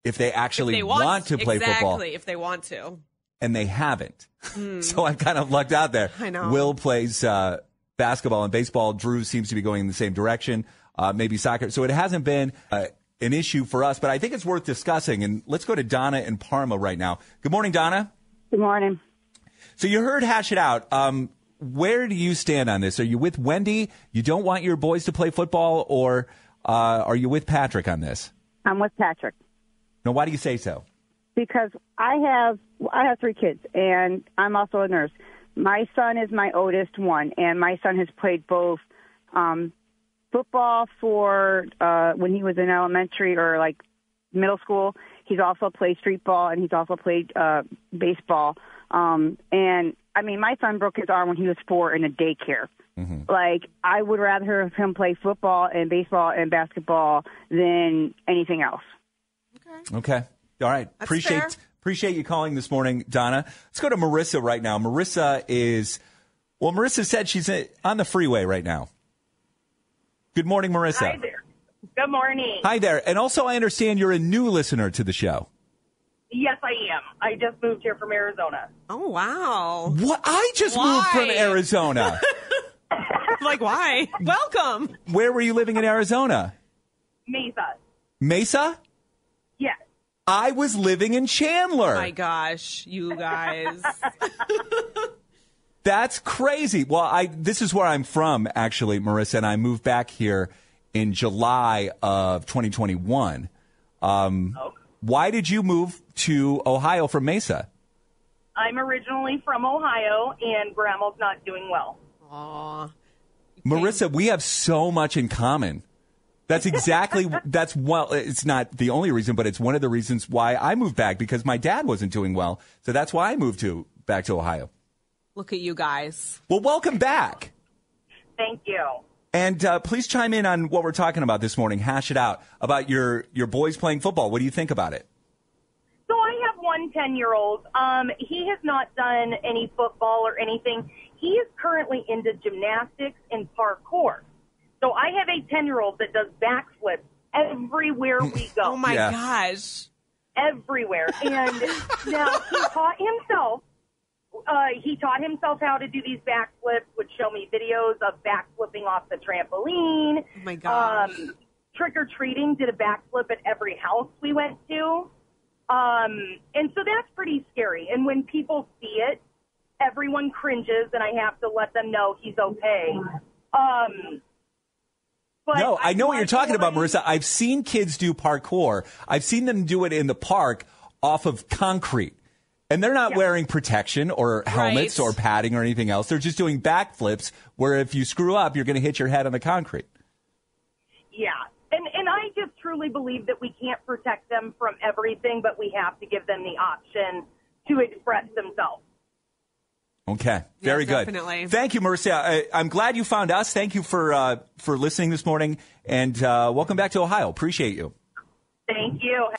[SPEAKER 1] if they actually
[SPEAKER 2] If they
[SPEAKER 1] want, to play
[SPEAKER 2] exactly,
[SPEAKER 1] football?
[SPEAKER 2] if they want to.
[SPEAKER 1] And they haven't. [LAUGHS]
[SPEAKER 2] Hmm.
[SPEAKER 1] So I'm kind of lucked out there.
[SPEAKER 2] I know.
[SPEAKER 1] Will plays uh, basketball and baseball. Drew seems to be going in the same direction, uh, maybe soccer. So it hasn't been uh, an issue for us, but I think it's worth discussing. And let's go to Donna in Parma right now. Good morning, Donna.
[SPEAKER 10] Good morning.
[SPEAKER 1] So you heard Hash It Out. Um, where do you stand on this? Are you with Wendy? You don't want your boys to play football, or uh, are you with Patrick on this?
[SPEAKER 10] I'm with Patrick
[SPEAKER 1] Now, why do you say so?
[SPEAKER 10] because I have I have three kids and I'm also a nurse. My son is my oldest one, and my son has played both um, football for uh, when he was in elementary or like middle school. He's also played street ball and he's also played uh, baseball. Um, and I mean, my son broke his arm when he was four in a daycare. Like I would rather have him play football and baseball and basketball than anything else.
[SPEAKER 1] Okay. All right. appreciate
[SPEAKER 10] fair.
[SPEAKER 1] appreciate you calling this morning, Donna. Let's go to Marissa right now. Marissa is well. Marissa said she's uh, on the freeway right now. Good morning, Marissa.
[SPEAKER 11] Hi there. Good morning.
[SPEAKER 1] Hi there. And also, I understand you're a new listener to the show.
[SPEAKER 11] Yes, I am. I just moved here from Arizona.
[SPEAKER 2] Oh wow! [LAUGHS]
[SPEAKER 1] What? I just moved
[SPEAKER 11] [LAUGHS]
[SPEAKER 1] from Arizona.
[SPEAKER 2] like why? Welcome.
[SPEAKER 1] Where were you living in Arizona?
[SPEAKER 11] Mesa.
[SPEAKER 1] Mesa?
[SPEAKER 11] Yes.
[SPEAKER 1] I was living in Chandler.
[SPEAKER 2] My gosh, you guys.
[SPEAKER 11] [LAUGHS]
[SPEAKER 1] That's crazy. Well, I this is where I'm from actually, Marissa, and I moved back here in July of 2021. Um, Why did you move to Ohio from Mesa?
[SPEAKER 11] I'm originally from Ohio, and Grandma's not doing well.
[SPEAKER 2] Aw.
[SPEAKER 1] Marissa, we have so much in common. That's exactly that's well it's not the only reason, but it's one of the reasons why I moved back because my dad wasn't doing well. So that's why I moved to back to Ohio.
[SPEAKER 2] Look at you guys.
[SPEAKER 1] Well, welcome back.
[SPEAKER 11] Thank you.
[SPEAKER 1] And uh, please chime in on what we're talking about this morning. Hash it out about your your boys playing football. What do you think about it?
[SPEAKER 11] So I have one 10 year old. Um, he has not done any football or anything. He is currently into gymnastics and parkour. So I have a 10 year old that does backflips everywhere we go.
[SPEAKER 2] [LAUGHS] Oh my gosh.
[SPEAKER 11] Everywhere. And now he taught himself uh, he taught himself how to do these backflips, would show me videos of backflipping off the trampoline.
[SPEAKER 2] Oh my gosh.
[SPEAKER 11] Um, trick or treating, did a backflip at every house we went to. Um, and so that's pretty scary. And when people see it, everyone cringes, and I have to let them know he's okay. Um, but
[SPEAKER 1] no, I know what you're talking about, Marissa. I've seen kids do parkour. I've seen them do it in the park off of concrete. And they're not wearing protection or helmets
[SPEAKER 12] Right.
[SPEAKER 1] or padding or anything else. They're just doing backflips where if you screw up, you're going to hit your head on the concrete.
[SPEAKER 11] Yeah. And and I just truly believe that we can't protect them from everything, but we have to give them the option to express themselves.
[SPEAKER 1] Okay, very good.
[SPEAKER 11] definitely.
[SPEAKER 1] Thank you, Marissa. I, I'm glad you found us. Thank you for uh, for listening this morning, and uh, welcome back to Ohio. Appreciate you.
[SPEAKER 11] Thank you.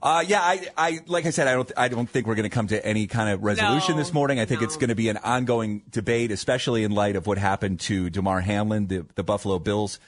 [SPEAKER 1] Uh, yeah, I, I, like I said, I don't, I don't think we're going to come to any kind of resolution this morning. I think it's going to be an ongoing debate, especially in light of what happened to Damar Hamlin, the, the Buffalo Bills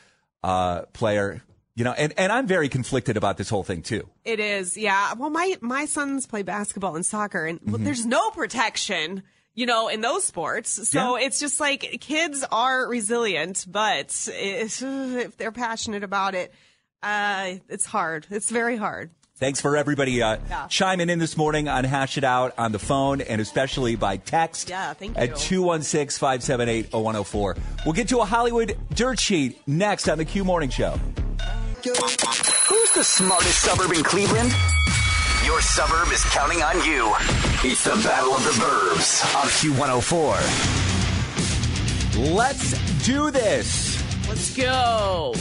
[SPEAKER 1] uh, player. You know, and, and I'm very conflicted about this whole thing too.
[SPEAKER 2] It is, yeah. Well, my my sons play basketball and soccer, and well,
[SPEAKER 1] Mhm.
[SPEAKER 2] there's no protection, you know, in those sports. So it's just like kids are resilient, but if, if they're passionate about it, uh, it's hard. It's very hard.
[SPEAKER 1] Thanks for everybody uh,
[SPEAKER 2] Yeah.
[SPEAKER 1] chiming in this morning on Hash It Out on the phone and especially by text
[SPEAKER 2] Yeah, thank you.
[SPEAKER 1] at 216 578 0104. We'll get to a Hollywood dirt sheet next on the Q Morning Show.
[SPEAKER 3] Who's the smartest suburb in Cleveland? Your suburb is counting on you. It's the Battle of the Burbs on Q104.
[SPEAKER 1] Let's do this.
[SPEAKER 2] Let's go.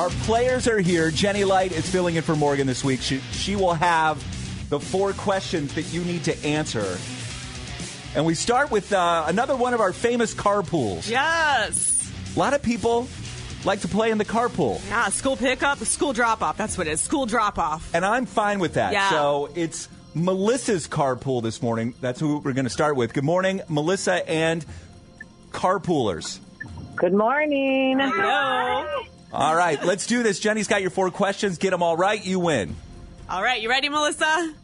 [SPEAKER 1] Our players are here. Jenny Light is filling in for Morgan this week. She, she will have the four questions that you need to answer. And we start with uh, another one of our famous carpools.
[SPEAKER 2] Yes.
[SPEAKER 1] A lot of people like to play in the carpool.
[SPEAKER 2] Yeah, Ah, school pickup, school drop off. That's what it is. School drop off.
[SPEAKER 1] And I'm fine with that.
[SPEAKER 2] Yeah.
[SPEAKER 1] So it's Melissa's carpool this morning. That's who we're going to start with. Good morning, Melissa and carpoolers.
[SPEAKER 13] Good morning.
[SPEAKER 2] Hello.
[SPEAKER 1] All right, let's do this. Jenny's got your four questions. Get them all right, you win.
[SPEAKER 2] All right, you ready, Melissa?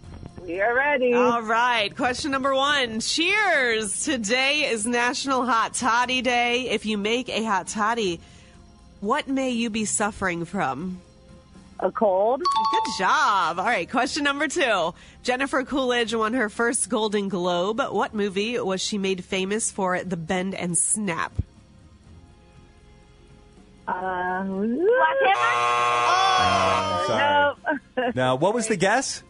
[SPEAKER 13] We are ready.
[SPEAKER 2] All right, question number one. Cheers! Today is National Hot Toddy Day. If you make a hot toddy, what may you be suffering from?
[SPEAKER 13] A cold.
[SPEAKER 2] Good job. All right, question number two. Jennifer Coolidge won her first Golden Globe. What movie was she made famous for the bend and snap?
[SPEAKER 13] Uh,
[SPEAKER 1] I'm sorry.
[SPEAKER 13] no.
[SPEAKER 1] Now, what was the guess?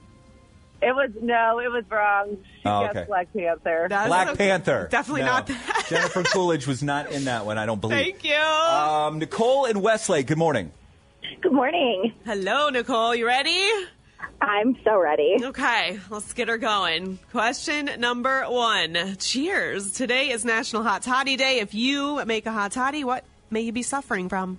[SPEAKER 13] it was no, it was wrong. She
[SPEAKER 1] Oh,
[SPEAKER 13] guessed
[SPEAKER 1] okay.
[SPEAKER 13] Black Panther.
[SPEAKER 1] Black Panther. No.
[SPEAKER 13] The-
[SPEAKER 1] Jennifer Coolidge was not in that one, I don't believe.
[SPEAKER 2] Thank you.
[SPEAKER 1] Um, Nicole and Westlake, good morning.
[SPEAKER 13] Good morning.
[SPEAKER 2] Hello, Nicole. You ready?
[SPEAKER 13] I'm so ready.
[SPEAKER 2] Okay, let's get her going. Question number one. Cheers. Today is National Hot Toddy Day. If you make a hot toddy, what may you be suffering from?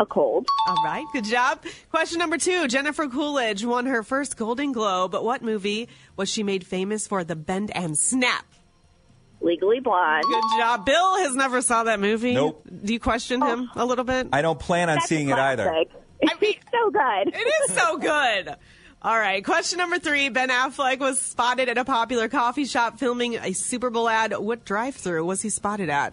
[SPEAKER 13] A cold.
[SPEAKER 2] All right, good job. Question number two. Jennifer Coolidge won her first Golden Globe, but what movie was she made famous for the bend and snap?
[SPEAKER 13] Legally Blonde.
[SPEAKER 2] Good job. Bill has never saw that movie.
[SPEAKER 1] Nope.
[SPEAKER 2] Do you question him
[SPEAKER 13] Oh.
[SPEAKER 2] a little bit?
[SPEAKER 1] I don't plan on seeing it either.
[SPEAKER 13] it's so good.
[SPEAKER 2] It is so good. All right. Question number three. Ben Affleck was spotted at a popular coffee shop filming a Super Bowl ad. What drive through was he spotted at?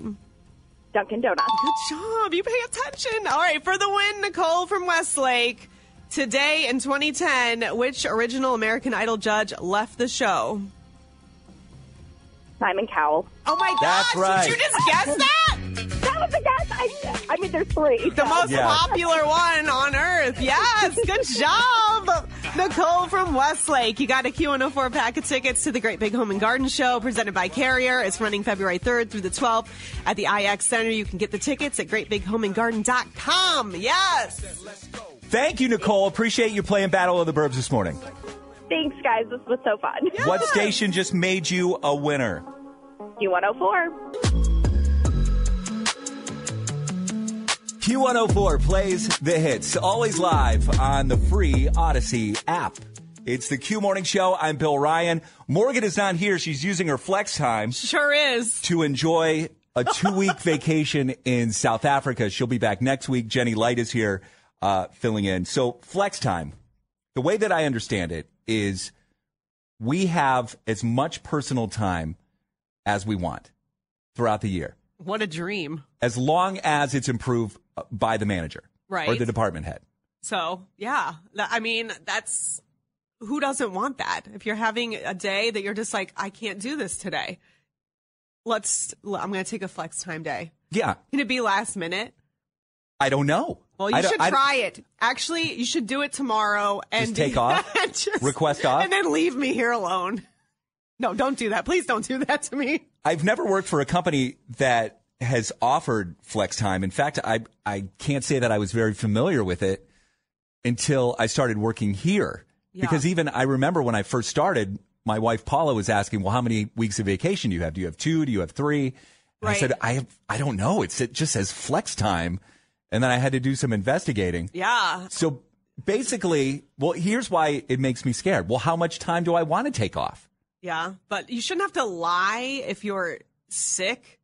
[SPEAKER 13] Dunkin' Donuts.
[SPEAKER 2] Good job. You pay attention. All right. For the win, Nicole from Westlake. Today in 2010, which original American Idol judge left the show?
[SPEAKER 13] Simon Cowell.
[SPEAKER 2] Oh my
[SPEAKER 13] That's
[SPEAKER 2] gosh,
[SPEAKER 13] right.
[SPEAKER 2] did you just guess that?
[SPEAKER 13] That was a guess. I, I mean, there's three.
[SPEAKER 2] The most
[SPEAKER 13] Yeah.
[SPEAKER 2] popular one on earth. Yes. Good job. Nicole from Westlake. You got a Q104 pack of tickets to the Great Big Home and Garden Show presented by Carrier. It's running February 3rd through the 12th at the IX Center. You can get the tickets at greatbighomeandgarden.com. Yes.
[SPEAKER 1] Thank you, Nicole. Appreciate you playing Battle of the Burbs this morning.
[SPEAKER 13] Thanks, guys. This was so fun.
[SPEAKER 1] What station just made you a winner?
[SPEAKER 13] U104.
[SPEAKER 1] Q104 plays the hits, always live on the free Odyssey app. It's the Q Morning Show. I'm Bill Ryan. Morgan is not here. She's using her flex time
[SPEAKER 2] Sure is.
[SPEAKER 1] to enjoy a two week vacation in South Africa. She'll be back next week. Jenny Light is here uh, filling in. So, flex time, the way that I understand it is we have as much personal time as we want throughout the year,
[SPEAKER 2] What a dream.
[SPEAKER 1] as long as it's improved uh, by the manager or
[SPEAKER 2] Right.
[SPEAKER 1] the department head.
[SPEAKER 2] So, yeah. Th- I mean, that's who doesn't want that? If you're having a day that you're just like, I can't do this today. Let's, l- I'm going to take a flex time day.
[SPEAKER 1] Yeah,
[SPEAKER 2] Can it be last minute?
[SPEAKER 1] I don't know.
[SPEAKER 2] Well,
[SPEAKER 1] I
[SPEAKER 2] you
[SPEAKER 1] don't-
[SPEAKER 2] should
[SPEAKER 1] I-
[SPEAKER 2] try it. Actually, you should do it tomorrow and
[SPEAKER 1] Just
[SPEAKER 2] [LAUGHS]
[SPEAKER 1] take off?
[SPEAKER 2] Just-
[SPEAKER 1] Request off?
[SPEAKER 2] and then leave me here alone. No, don't do that. Please don't do that to me.
[SPEAKER 1] I've never worked for a company that has offered flex time. In fact, I I can't say that I was very familiar with it until I started working here.
[SPEAKER 12] Yeah.
[SPEAKER 1] Because even I remember when I first started, my wife Paula was asking, "Well, how many weeks of vacation do you have? Do you have two? Do you have three? And I
[SPEAKER 2] Right.
[SPEAKER 1] said, "I have, I don't know. It's, it just says flex time," and then I had to do some investigating.
[SPEAKER 2] Yeah.
[SPEAKER 1] So basically, well, here's why it makes me scared. Well, how much time do I want to take off?
[SPEAKER 2] Yeah. But you shouldn't have to lie if you're sick.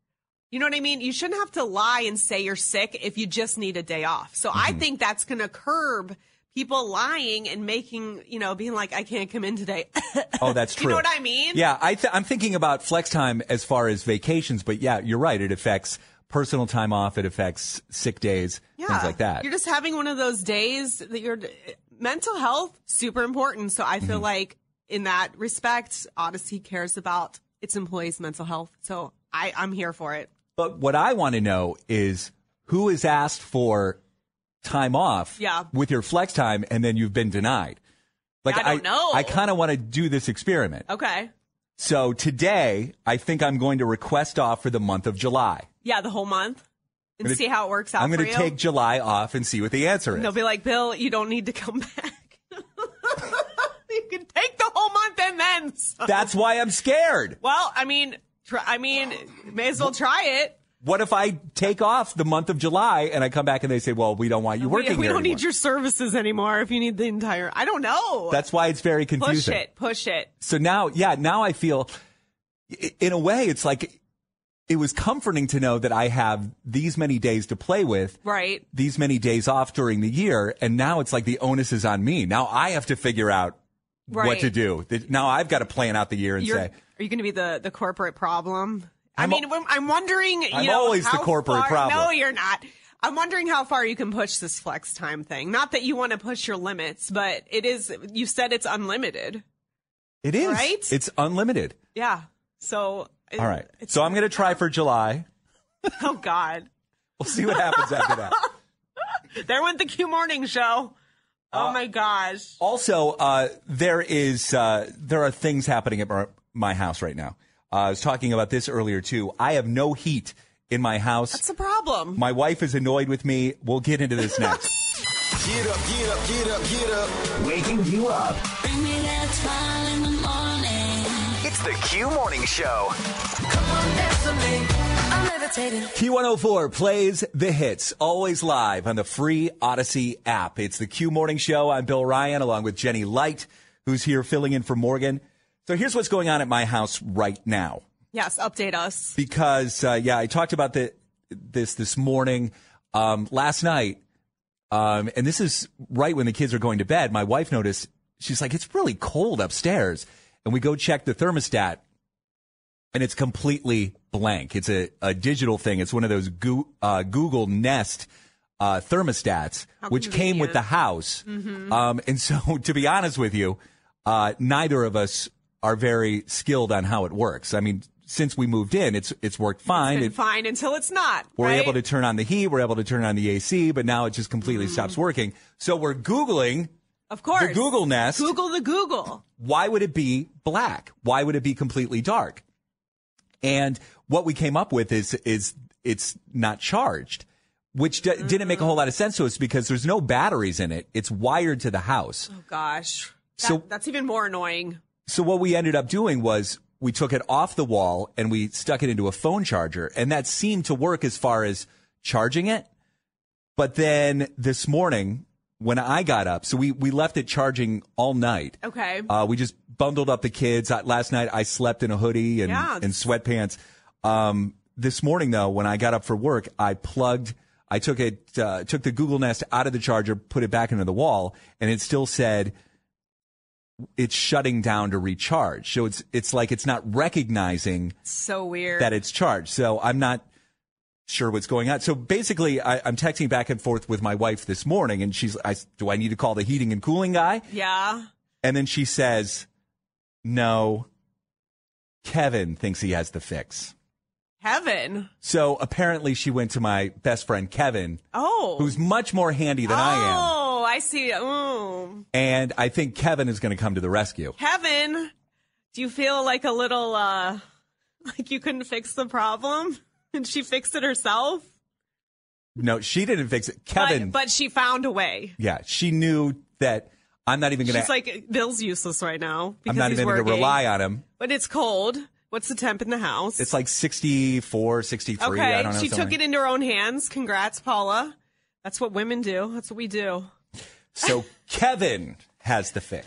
[SPEAKER 2] You know what I mean? You shouldn't have to lie and say you're sick if you just need a day off. So
[SPEAKER 1] Mm-hmm.
[SPEAKER 2] I think that's going to curb people lying and making, you know, being like, I can't come in today. [LAUGHS]
[SPEAKER 1] Oh, that's
[SPEAKER 2] You
[SPEAKER 1] true.
[SPEAKER 2] know what I mean?
[SPEAKER 1] Yeah, I th- I'm thinking about flex time as far as vacations, but yeah, you're right. It affects personal time off. It affects sick days, things like that.
[SPEAKER 2] You're just having one of those days that your mental health super important. So I
[SPEAKER 1] Mm-hmm.
[SPEAKER 2] feel like in that respect, Odyssey cares about its employees' mental health. So I, I'm here for it.
[SPEAKER 1] But what I want to know is who has asked for time off
[SPEAKER 2] Yeah.
[SPEAKER 1] with your flex time and then you've been denied. Like
[SPEAKER 2] I don't know.
[SPEAKER 1] I kind of want to do this experiment.
[SPEAKER 2] Okay.
[SPEAKER 1] So today, I think I'm going to request off for the month of July.
[SPEAKER 2] Yeah, the whole month and
[SPEAKER 1] Gonna-
[SPEAKER 2] see how it works out.
[SPEAKER 1] I'm
[SPEAKER 2] for
[SPEAKER 1] going
[SPEAKER 2] you.
[SPEAKER 1] to take July off and see what the answer is.
[SPEAKER 2] They'll be like, Bill, you don't need to come back. [LAUGHS] you can take the whole month and then. some.
[SPEAKER 1] That's why I'm scared.
[SPEAKER 2] Well, I mean, try, I mean, may as well try it.
[SPEAKER 1] What if I take off the month of July and I come back and they say, "Well, we don't want you working
[SPEAKER 2] we, we
[SPEAKER 1] here
[SPEAKER 2] don't
[SPEAKER 1] anymore."
[SPEAKER 2] need your services anymore if you need the entire. I don't know.
[SPEAKER 1] That's why it's very
[SPEAKER 2] push
[SPEAKER 1] confusing.
[SPEAKER 2] it, push it.
[SPEAKER 1] So now, yeah, now I feel, i- in a way, it's like it was comforting to know that I have these many days to play with,
[SPEAKER 2] Right.
[SPEAKER 1] these many days off during the year, and now it's like the onus is on me. Now I have to figure out what
[SPEAKER 2] Right.
[SPEAKER 1] to do. Th- Now I've got to plan out the year and
[SPEAKER 2] You're,
[SPEAKER 1] say.
[SPEAKER 2] are you going to be the, the corporate problem? i
[SPEAKER 1] I'm
[SPEAKER 2] mean, i I'm wondering. You
[SPEAKER 1] I'm
[SPEAKER 2] know,
[SPEAKER 1] always the
[SPEAKER 2] how
[SPEAKER 1] corporate
[SPEAKER 2] far-
[SPEAKER 1] problem.
[SPEAKER 2] No, you're not. I'm wondering how far you can push this flex time thing. Not that you want to push your limits, but it is. You said it's unlimited.
[SPEAKER 1] It is.
[SPEAKER 2] Right?
[SPEAKER 1] It's unlimited.
[SPEAKER 2] Yeah. So. it-
[SPEAKER 1] All right. So I'm going to try for July.
[SPEAKER 2] [LAUGHS] Oh God.
[SPEAKER 1] We'll see what happens
[SPEAKER 2] [LAUGHS]
[SPEAKER 1] after that.
[SPEAKER 2] There went the Q morning show.
[SPEAKER 1] Uh,
[SPEAKER 2] Oh my gosh.
[SPEAKER 1] Also, uh, there is uh, there are things happening at my, my house right now. Uh, I was talking about this earlier too. I have no heat in my house.
[SPEAKER 2] That's a problem.
[SPEAKER 1] my wife is annoyed with me. We'll get into
[SPEAKER 2] [LAUGHS]
[SPEAKER 1] this next.
[SPEAKER 3] Get up, get up, get up, get up. Waking you up.
[SPEAKER 4] Bring me that smile in the morning.
[SPEAKER 3] It's the Q Morning Show.
[SPEAKER 4] I'm levitating.
[SPEAKER 1] Q104 plays the hits, always live on the free Odyssey app. It's the Q Morning Show. I'm Bill Ryan along with Jenny Light, who's here filling in for Morgan. So here's what's going on at my house right now.
[SPEAKER 2] Yes. Update us.
[SPEAKER 1] because uh, yeah, I talked about the this this morning, um, last night, um, and this is right when the kids are going to bed. My wife noticed she's like, it's really cold upstairs, and we go check the thermostat, and it's completely blank. It's a, a digital thing. It's one of those Goo- uh, Google Nest uh, thermostats,
[SPEAKER 12] How
[SPEAKER 1] which came with
[SPEAKER 12] convenient.
[SPEAKER 1] the house.
[SPEAKER 12] Mhm.
[SPEAKER 1] Um, and so, [LAUGHS] to be honest with you, uh, neither of us are very skilled on how it works. I mean, since we moved in, it's it's worked fine.
[SPEAKER 2] Been
[SPEAKER 1] It-
[SPEAKER 2] fine until it's not.
[SPEAKER 1] we're
[SPEAKER 2] right?
[SPEAKER 1] able to turn on the heat, we're able to turn on the AC, but now it just completely stops working. So we're googling.
[SPEAKER 2] Mm. Of course.
[SPEAKER 1] The Google Nest.
[SPEAKER 2] Google the Google.
[SPEAKER 1] Why would it be black? Why would it be completely dark? And what we came up with is is it's not charged, which d- didn't make a
[SPEAKER 2] Mm-hmm.
[SPEAKER 1] whole lot of sense to us because there's no batteries in it. It's wired to the house.
[SPEAKER 2] Oh gosh. That,
[SPEAKER 1] So-
[SPEAKER 2] that's even more annoying.
[SPEAKER 1] So what we ended up doing was we took it off the wall and we stuck it into a phone charger, and that seemed to work as far as charging it. But then this morning, when I got up, so we we left it charging all night.
[SPEAKER 2] Okay.
[SPEAKER 1] Uh, we just bundled up the kids. I, last night I slept in a hoodie and,
[SPEAKER 2] Yeah.
[SPEAKER 1] and sweatpants. Um, this morning though, when I got up for work, I plugged, I took it, uh, took the Google Nest out of the charger, put it back into the wall, and it still said it's shutting down to recharge. So it's it's like it's not recognizing
[SPEAKER 2] So weird.
[SPEAKER 1] that it's charged. So I'm not sure what's going on. So basically, I, I'm texting back and forth with my wife this morning, and she's, I, s- do I need to call the heating and cooling guy?
[SPEAKER 2] Yeah.
[SPEAKER 1] And then she says, no, Kevin thinks he has the fix.
[SPEAKER 2] Heaven.
[SPEAKER 1] So apparently, she went to my best friend Kevin,
[SPEAKER 2] Oh.
[SPEAKER 1] who's much more handy than I am,
[SPEAKER 2] Oh, I see. Mm.
[SPEAKER 1] and I think Kevin is going to come to the rescue.
[SPEAKER 2] Kevin, do you feel like a little uh [LAUGHS] like you couldn't fix the problem [LAUGHS] and she fixed it herself?
[SPEAKER 1] No, she didn't fix it. Kevin,
[SPEAKER 2] But, but she found a way.
[SPEAKER 1] yeah, she knew that I'm not even going
[SPEAKER 2] She's like Bill's useless right now
[SPEAKER 1] I'm
[SPEAKER 2] because
[SPEAKER 1] not
[SPEAKER 2] he's
[SPEAKER 1] even
[SPEAKER 2] working.
[SPEAKER 1] going to rely on him.
[SPEAKER 2] But it's cold. What's the temp in the house?
[SPEAKER 1] It's like 64, 63.
[SPEAKER 2] okay,
[SPEAKER 1] I don't know.
[SPEAKER 2] she took
[SPEAKER 1] something.
[SPEAKER 2] it into her own hands. Congrats, Paula. That's what women do. That's what we do.
[SPEAKER 1] So Kevin has
[SPEAKER 2] [LAUGHS]
[SPEAKER 1] the fix.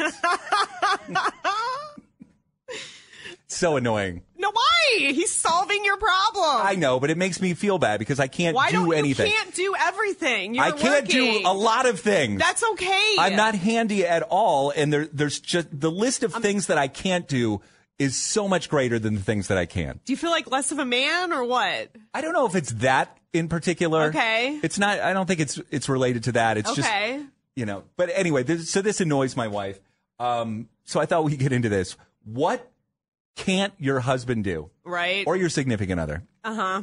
[SPEAKER 1] so annoying.
[SPEAKER 2] No, why? He's solving your problem.
[SPEAKER 1] I know, but it makes me feel bad because I can't
[SPEAKER 2] Why
[SPEAKER 1] do
[SPEAKER 2] don't
[SPEAKER 1] anything.
[SPEAKER 2] you can't do everything? You're
[SPEAKER 1] I can't
[SPEAKER 2] working.
[SPEAKER 1] do a lot of things.
[SPEAKER 2] That's okay.
[SPEAKER 1] I'm not handy at all, and there, there's just the list of things that I can't do is so much greater than the things that I can.
[SPEAKER 2] Do you feel like less of a man or what?
[SPEAKER 1] I don't know if it's that in particular.
[SPEAKER 2] Okay.
[SPEAKER 1] It's not. I don't think it's it's related to that. It's just
[SPEAKER 2] okay.
[SPEAKER 1] you know. But anyway, this, so this annoys my wife. Um, so I thought we'd get into this. What can't your husband do,
[SPEAKER 2] Right.
[SPEAKER 1] or your significant other?
[SPEAKER 2] uh huh.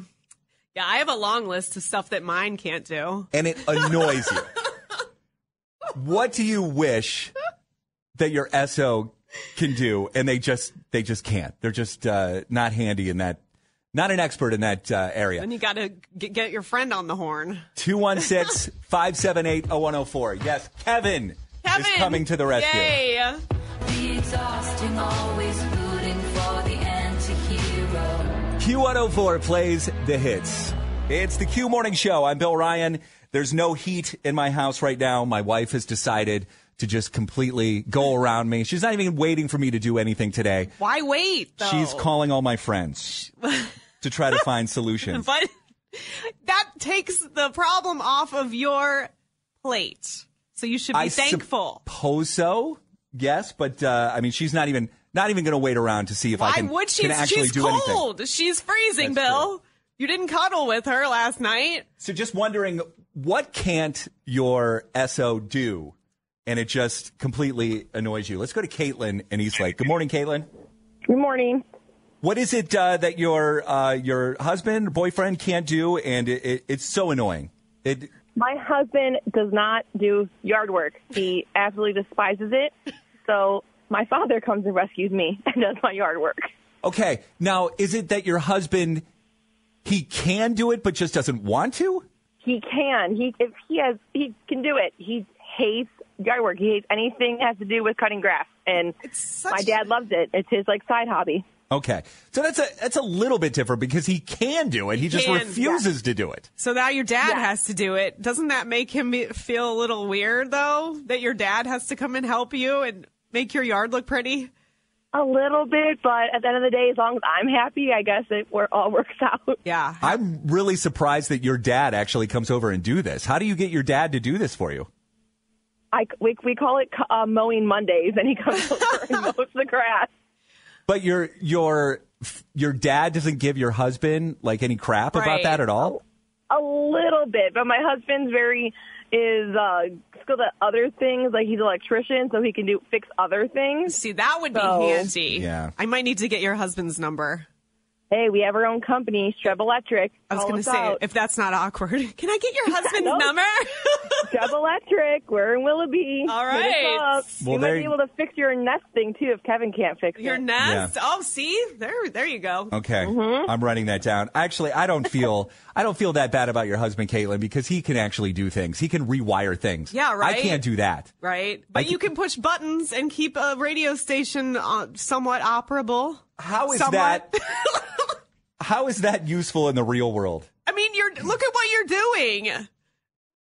[SPEAKER 2] Yeah, I have a long list of stuff that mine can't do.
[SPEAKER 1] And it annoys you. What do you wish that your SO can do, and they just they just can't. They're just uh, not handy in that, not an expert in that uh, area.
[SPEAKER 2] Then you got to g- get your friend on the horn.
[SPEAKER 1] 216 578 0104. Yes, Kevin,
[SPEAKER 2] Kevin
[SPEAKER 1] is coming to the rescue.
[SPEAKER 2] Yay.
[SPEAKER 4] The exhausting, always rooting for the anti-hero.
[SPEAKER 1] Q104 plays the hits. It's the Q Morning Show. I'm Bill Ryan. There's no heat in my house right now. My wife has decided to just completely go around me. She's not even waiting for me to do anything today.
[SPEAKER 2] Why wait? Though?
[SPEAKER 1] She's calling all my friends to try to find
[SPEAKER 2] [LAUGHS]
[SPEAKER 1] solutions.
[SPEAKER 2] But that takes the problem off of your plate. So you should be
[SPEAKER 1] I
[SPEAKER 2] thankful.
[SPEAKER 1] suppose so. Yes, but uh, I mean, she's not even not even going to wait around to see if I
[SPEAKER 2] Why
[SPEAKER 1] can,
[SPEAKER 2] would she?
[SPEAKER 1] can actually
[SPEAKER 2] She's
[SPEAKER 1] do anything.
[SPEAKER 2] cold. She's freezing, Bill. You didn't cuddle with her last night.
[SPEAKER 1] So just wondering, what can't your SO do? And it just completely annoys you. Let's go to Caitlin in East Lake. Good morning, Caitlin.
[SPEAKER 12] Good morning.
[SPEAKER 1] What is it uh, that your uh, your husband, boyfriend can't do, and it, it, it's so annoying? It,
[SPEAKER 12] My husband does not do yard work. He absolutely despises it. So my father comes and rescues me [LAUGHS] and does my yard work.
[SPEAKER 1] okay, now is it that your husband he can do it but just doesn't want to?
[SPEAKER 12] He can. He if he has he can do it. He hates yard work. He hates anything that has to do with cutting grass. And my dad loves it. It's his like side hobby.
[SPEAKER 1] Okay, so that's a that's a little bit different because he can do it. He, just
[SPEAKER 2] can,
[SPEAKER 1] refuses to do it.
[SPEAKER 2] So now your dad has to do it. Doesn't that make him be- feel a little weird, though, that your dad has to come and help you and make your yard look pretty?
[SPEAKER 12] A little bit, but at the end of the day, as long as I'm happy, I guess it we all works [LAUGHS] out.
[SPEAKER 2] Yeah.
[SPEAKER 1] I'm really surprised that your dad actually comes over and do this. How do you get your dad to do this for you?
[SPEAKER 12] I we we call it uh, mowing Mondays, and he comes [LAUGHS] over and mows the grass.
[SPEAKER 1] But your your your dad doesn't give your husband like any crap about
[SPEAKER 12] Right.
[SPEAKER 1] that at all.
[SPEAKER 12] A little bit, but my husband's very is uh skilled at other things. Like he's an electrician, so he can do fix other things.
[SPEAKER 2] See, that would be handy.
[SPEAKER 1] Yeah.
[SPEAKER 2] I might need to get your husband's number.
[SPEAKER 12] Hey, we have our own company, Streb Electric.
[SPEAKER 2] I was
[SPEAKER 12] Call
[SPEAKER 2] going to
[SPEAKER 12] us
[SPEAKER 2] say,
[SPEAKER 12] out. [LAUGHS]
[SPEAKER 2] if that's not awkward, [LAUGHS] can I get your husband's number?
[SPEAKER 12] Streb Electric. We're in Willoughby.
[SPEAKER 2] All
[SPEAKER 12] Hit us
[SPEAKER 2] right.
[SPEAKER 12] up.
[SPEAKER 1] Well,
[SPEAKER 12] you might
[SPEAKER 1] there-
[SPEAKER 12] be able to fix your nest thing too if Kevin can't fix
[SPEAKER 2] Your
[SPEAKER 12] it.
[SPEAKER 2] nest? Oh, see? There there you go.
[SPEAKER 1] Okay,
[SPEAKER 2] Mm-hmm.
[SPEAKER 12] Mhm.
[SPEAKER 1] I'm writing that down. Actually, I don't feel I don't feel that bad about your husband, Caitlin, because he can actually do things. He can rewire things.
[SPEAKER 2] Yeah, right?
[SPEAKER 1] I can't do that.
[SPEAKER 2] Right? But you can push buttons and keep a radio station uh, somewhat operable.
[SPEAKER 1] How is that? How is that useful in the real world?
[SPEAKER 2] I mean, you're look at what you're doing.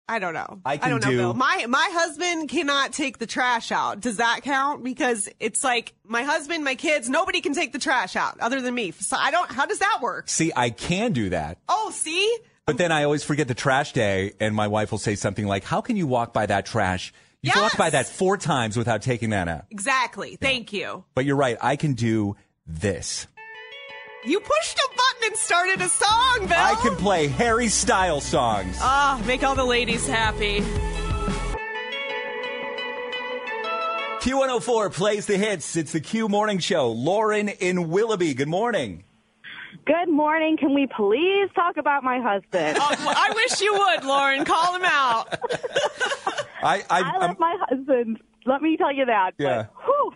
[SPEAKER 2] I don't know.
[SPEAKER 1] I can
[SPEAKER 2] don't know,
[SPEAKER 1] do-
[SPEAKER 2] Bill. My my husband cannot take the trash out. Does that count? Because it's like my husband, my kids, nobody can take the trash out other than me. So I don't. How does that work?
[SPEAKER 1] See, I can do that.
[SPEAKER 2] Oh, see,
[SPEAKER 1] But then I always forget the trash day, and my wife will say something like, "How can you walk by that trash You walked by that four times without taking that out.
[SPEAKER 2] Exactly. Thank you.
[SPEAKER 1] But you're right. I can do this.
[SPEAKER 2] You pushed a button and started a song, Bill.
[SPEAKER 1] I can play Harry Styles songs.
[SPEAKER 2] Ah, make all the ladies happy. [LAUGHS]
[SPEAKER 1] Q104 plays the hits. It's the Q Morning Show. Lauren in Willoughby. Good morning.
[SPEAKER 14] Good morning. Can we please talk about my husband?
[SPEAKER 2] I wish you would, Lauren. Call him out.
[SPEAKER 1] I, I,
[SPEAKER 14] I love my husband. Let me tell you that.
[SPEAKER 1] yeah,
[SPEAKER 14] Whew.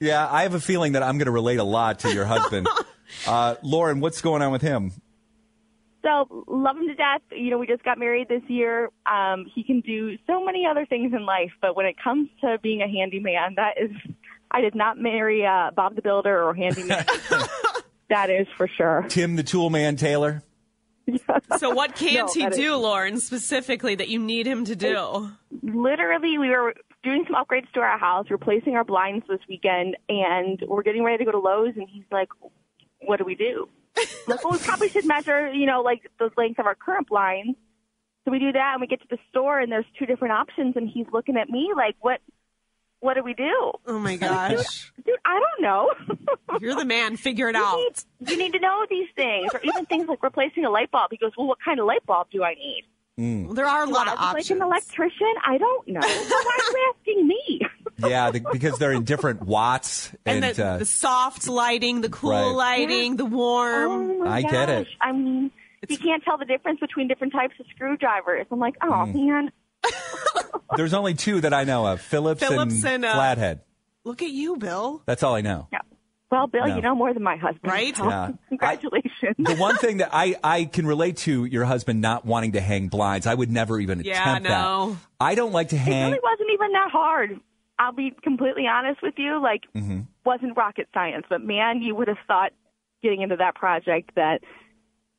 [SPEAKER 1] yeah. I have a feeling that I'm going to relate a lot to your
[SPEAKER 14] [LAUGHS]
[SPEAKER 1] husband, uh, Lauren. What's going on with him?
[SPEAKER 14] So love him to death. You know, we just got married this year. Um, he can do so many other things in life, but when it comes to being a handyman, that is, I did not marry uh, Bob the Builder or handyman. that is for sure.
[SPEAKER 1] Tim the Tool Man Taylor.
[SPEAKER 2] So [LAUGHS] what can't
[SPEAKER 14] No,
[SPEAKER 2] he
[SPEAKER 14] that is-
[SPEAKER 2] do, Lauren, specifically that you need him to do?
[SPEAKER 14] Literally, we were doing some upgrades to our house, replacing our blinds this weekend, and we're getting ready to go to Lowe's, and he's like, "What do we
[SPEAKER 2] [LAUGHS]
[SPEAKER 14] do?" like, well, we probably should measure, you know, like the length of our current blinds. So we do that, and we get to the store, and there's two different options, and he's looking at me like, "What? What do we do?"
[SPEAKER 2] [LAUGHS] Oh my
[SPEAKER 14] gosh, dude, I don't know.
[SPEAKER 2] [LAUGHS] You're the man. Figure
[SPEAKER 14] [LAUGHS]
[SPEAKER 2] it
[SPEAKER 14] You
[SPEAKER 2] out.
[SPEAKER 14] need- you need to know these things, or even things like replacing a light bulb. He goes, "Well, what kind of light bulb do I need?"
[SPEAKER 2] There are a lot
[SPEAKER 14] I
[SPEAKER 2] of
[SPEAKER 14] was
[SPEAKER 2] options.
[SPEAKER 14] Like an electrician? I don't know. [LAUGHS] Why are you asking me?
[SPEAKER 1] Yeah, the, because they're in different watts,
[SPEAKER 2] And
[SPEAKER 1] and,
[SPEAKER 2] the,
[SPEAKER 1] uh,
[SPEAKER 2] the soft lighting, the cool
[SPEAKER 1] Right.
[SPEAKER 2] lighting, the warm.
[SPEAKER 14] Oh my
[SPEAKER 1] I
[SPEAKER 14] gosh.
[SPEAKER 1] get it.
[SPEAKER 14] I mean, you can't tell the difference between different types of screwdrivers. I'm like, oh
[SPEAKER 1] Mm.
[SPEAKER 14] man,
[SPEAKER 1] there's only two that I know of: Phillips,
[SPEAKER 14] Phillips and,
[SPEAKER 1] and,
[SPEAKER 14] uh,
[SPEAKER 1] Flathead.
[SPEAKER 14] look at you, Bill.
[SPEAKER 1] That's all I know.
[SPEAKER 14] Well, Bill,
[SPEAKER 1] No.
[SPEAKER 14] you know more than my husband, right?
[SPEAKER 1] Yeah.
[SPEAKER 14] [LAUGHS] Congratulations.
[SPEAKER 1] The one thing that I, I can relate to your husband not wanting to hang blinds. I would never even
[SPEAKER 14] Yeah,
[SPEAKER 1] attempt
[SPEAKER 14] no.
[SPEAKER 1] that. I don't like to
[SPEAKER 14] it
[SPEAKER 1] hang.
[SPEAKER 14] really wasn't even that hard. I'll be completely honest with you. Like,
[SPEAKER 1] Mhm.
[SPEAKER 14] wasn't rocket science, but man, you would have thought getting into that project that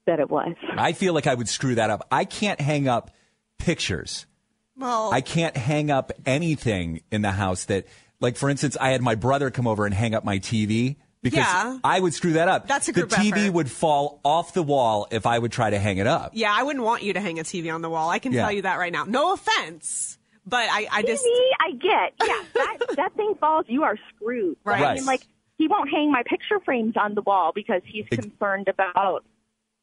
[SPEAKER 14] that it was.
[SPEAKER 1] I feel like I would screw that up. I can't hang up pictures.
[SPEAKER 2] Well,
[SPEAKER 1] I can't hang up anything in the house that, like, for instance, I had my brother come over and hang up my TV because
[SPEAKER 2] Yeah.
[SPEAKER 1] I would screw that up.
[SPEAKER 2] That's a group
[SPEAKER 1] the TV
[SPEAKER 2] effort.
[SPEAKER 1] would fall off the wall if I would try to hang it up.
[SPEAKER 2] Yeah, I wouldn't want you to hang a TV on the wall. I can
[SPEAKER 1] Yeah.
[SPEAKER 2] tell you that right now. No offense, but I, I just
[SPEAKER 14] I get. Yeah, that, that thing falls. You are screwed.
[SPEAKER 2] Right.
[SPEAKER 14] I mean, like he won't hang my picture frames on the wall because he's concerned about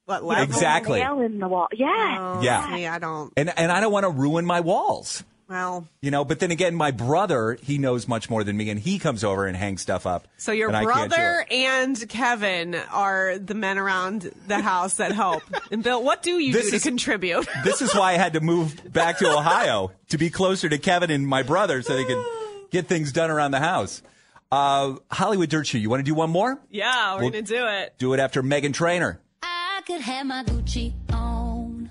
[SPEAKER 2] what
[SPEAKER 1] level? Exactly.
[SPEAKER 14] nail in the wall. Yeah.
[SPEAKER 1] Yeah.
[SPEAKER 2] I don't.
[SPEAKER 1] And, and I don't want to ruin my walls.
[SPEAKER 2] Well,
[SPEAKER 1] You know, but then again, my brother, he knows much more than me, and he comes over and hangs stuff up.
[SPEAKER 2] so your
[SPEAKER 1] and I can't do it.
[SPEAKER 2] brother and Kevin are the men around the house that help. and Bill, what do you
[SPEAKER 1] This
[SPEAKER 2] do
[SPEAKER 1] is-
[SPEAKER 2] to
[SPEAKER 1] [LAUGHS]
[SPEAKER 2] contribute?
[SPEAKER 1] This is why I had to move back to Ohio to be closer to Kevin and my brother so they could get things done around the house. Uh, Hollywood Dirt Show, you want to do one more?
[SPEAKER 2] yeah, we're
[SPEAKER 1] Well-
[SPEAKER 2] gonna do it.
[SPEAKER 1] Do it after Megan Trainer.
[SPEAKER 4] I could have my Gucci on.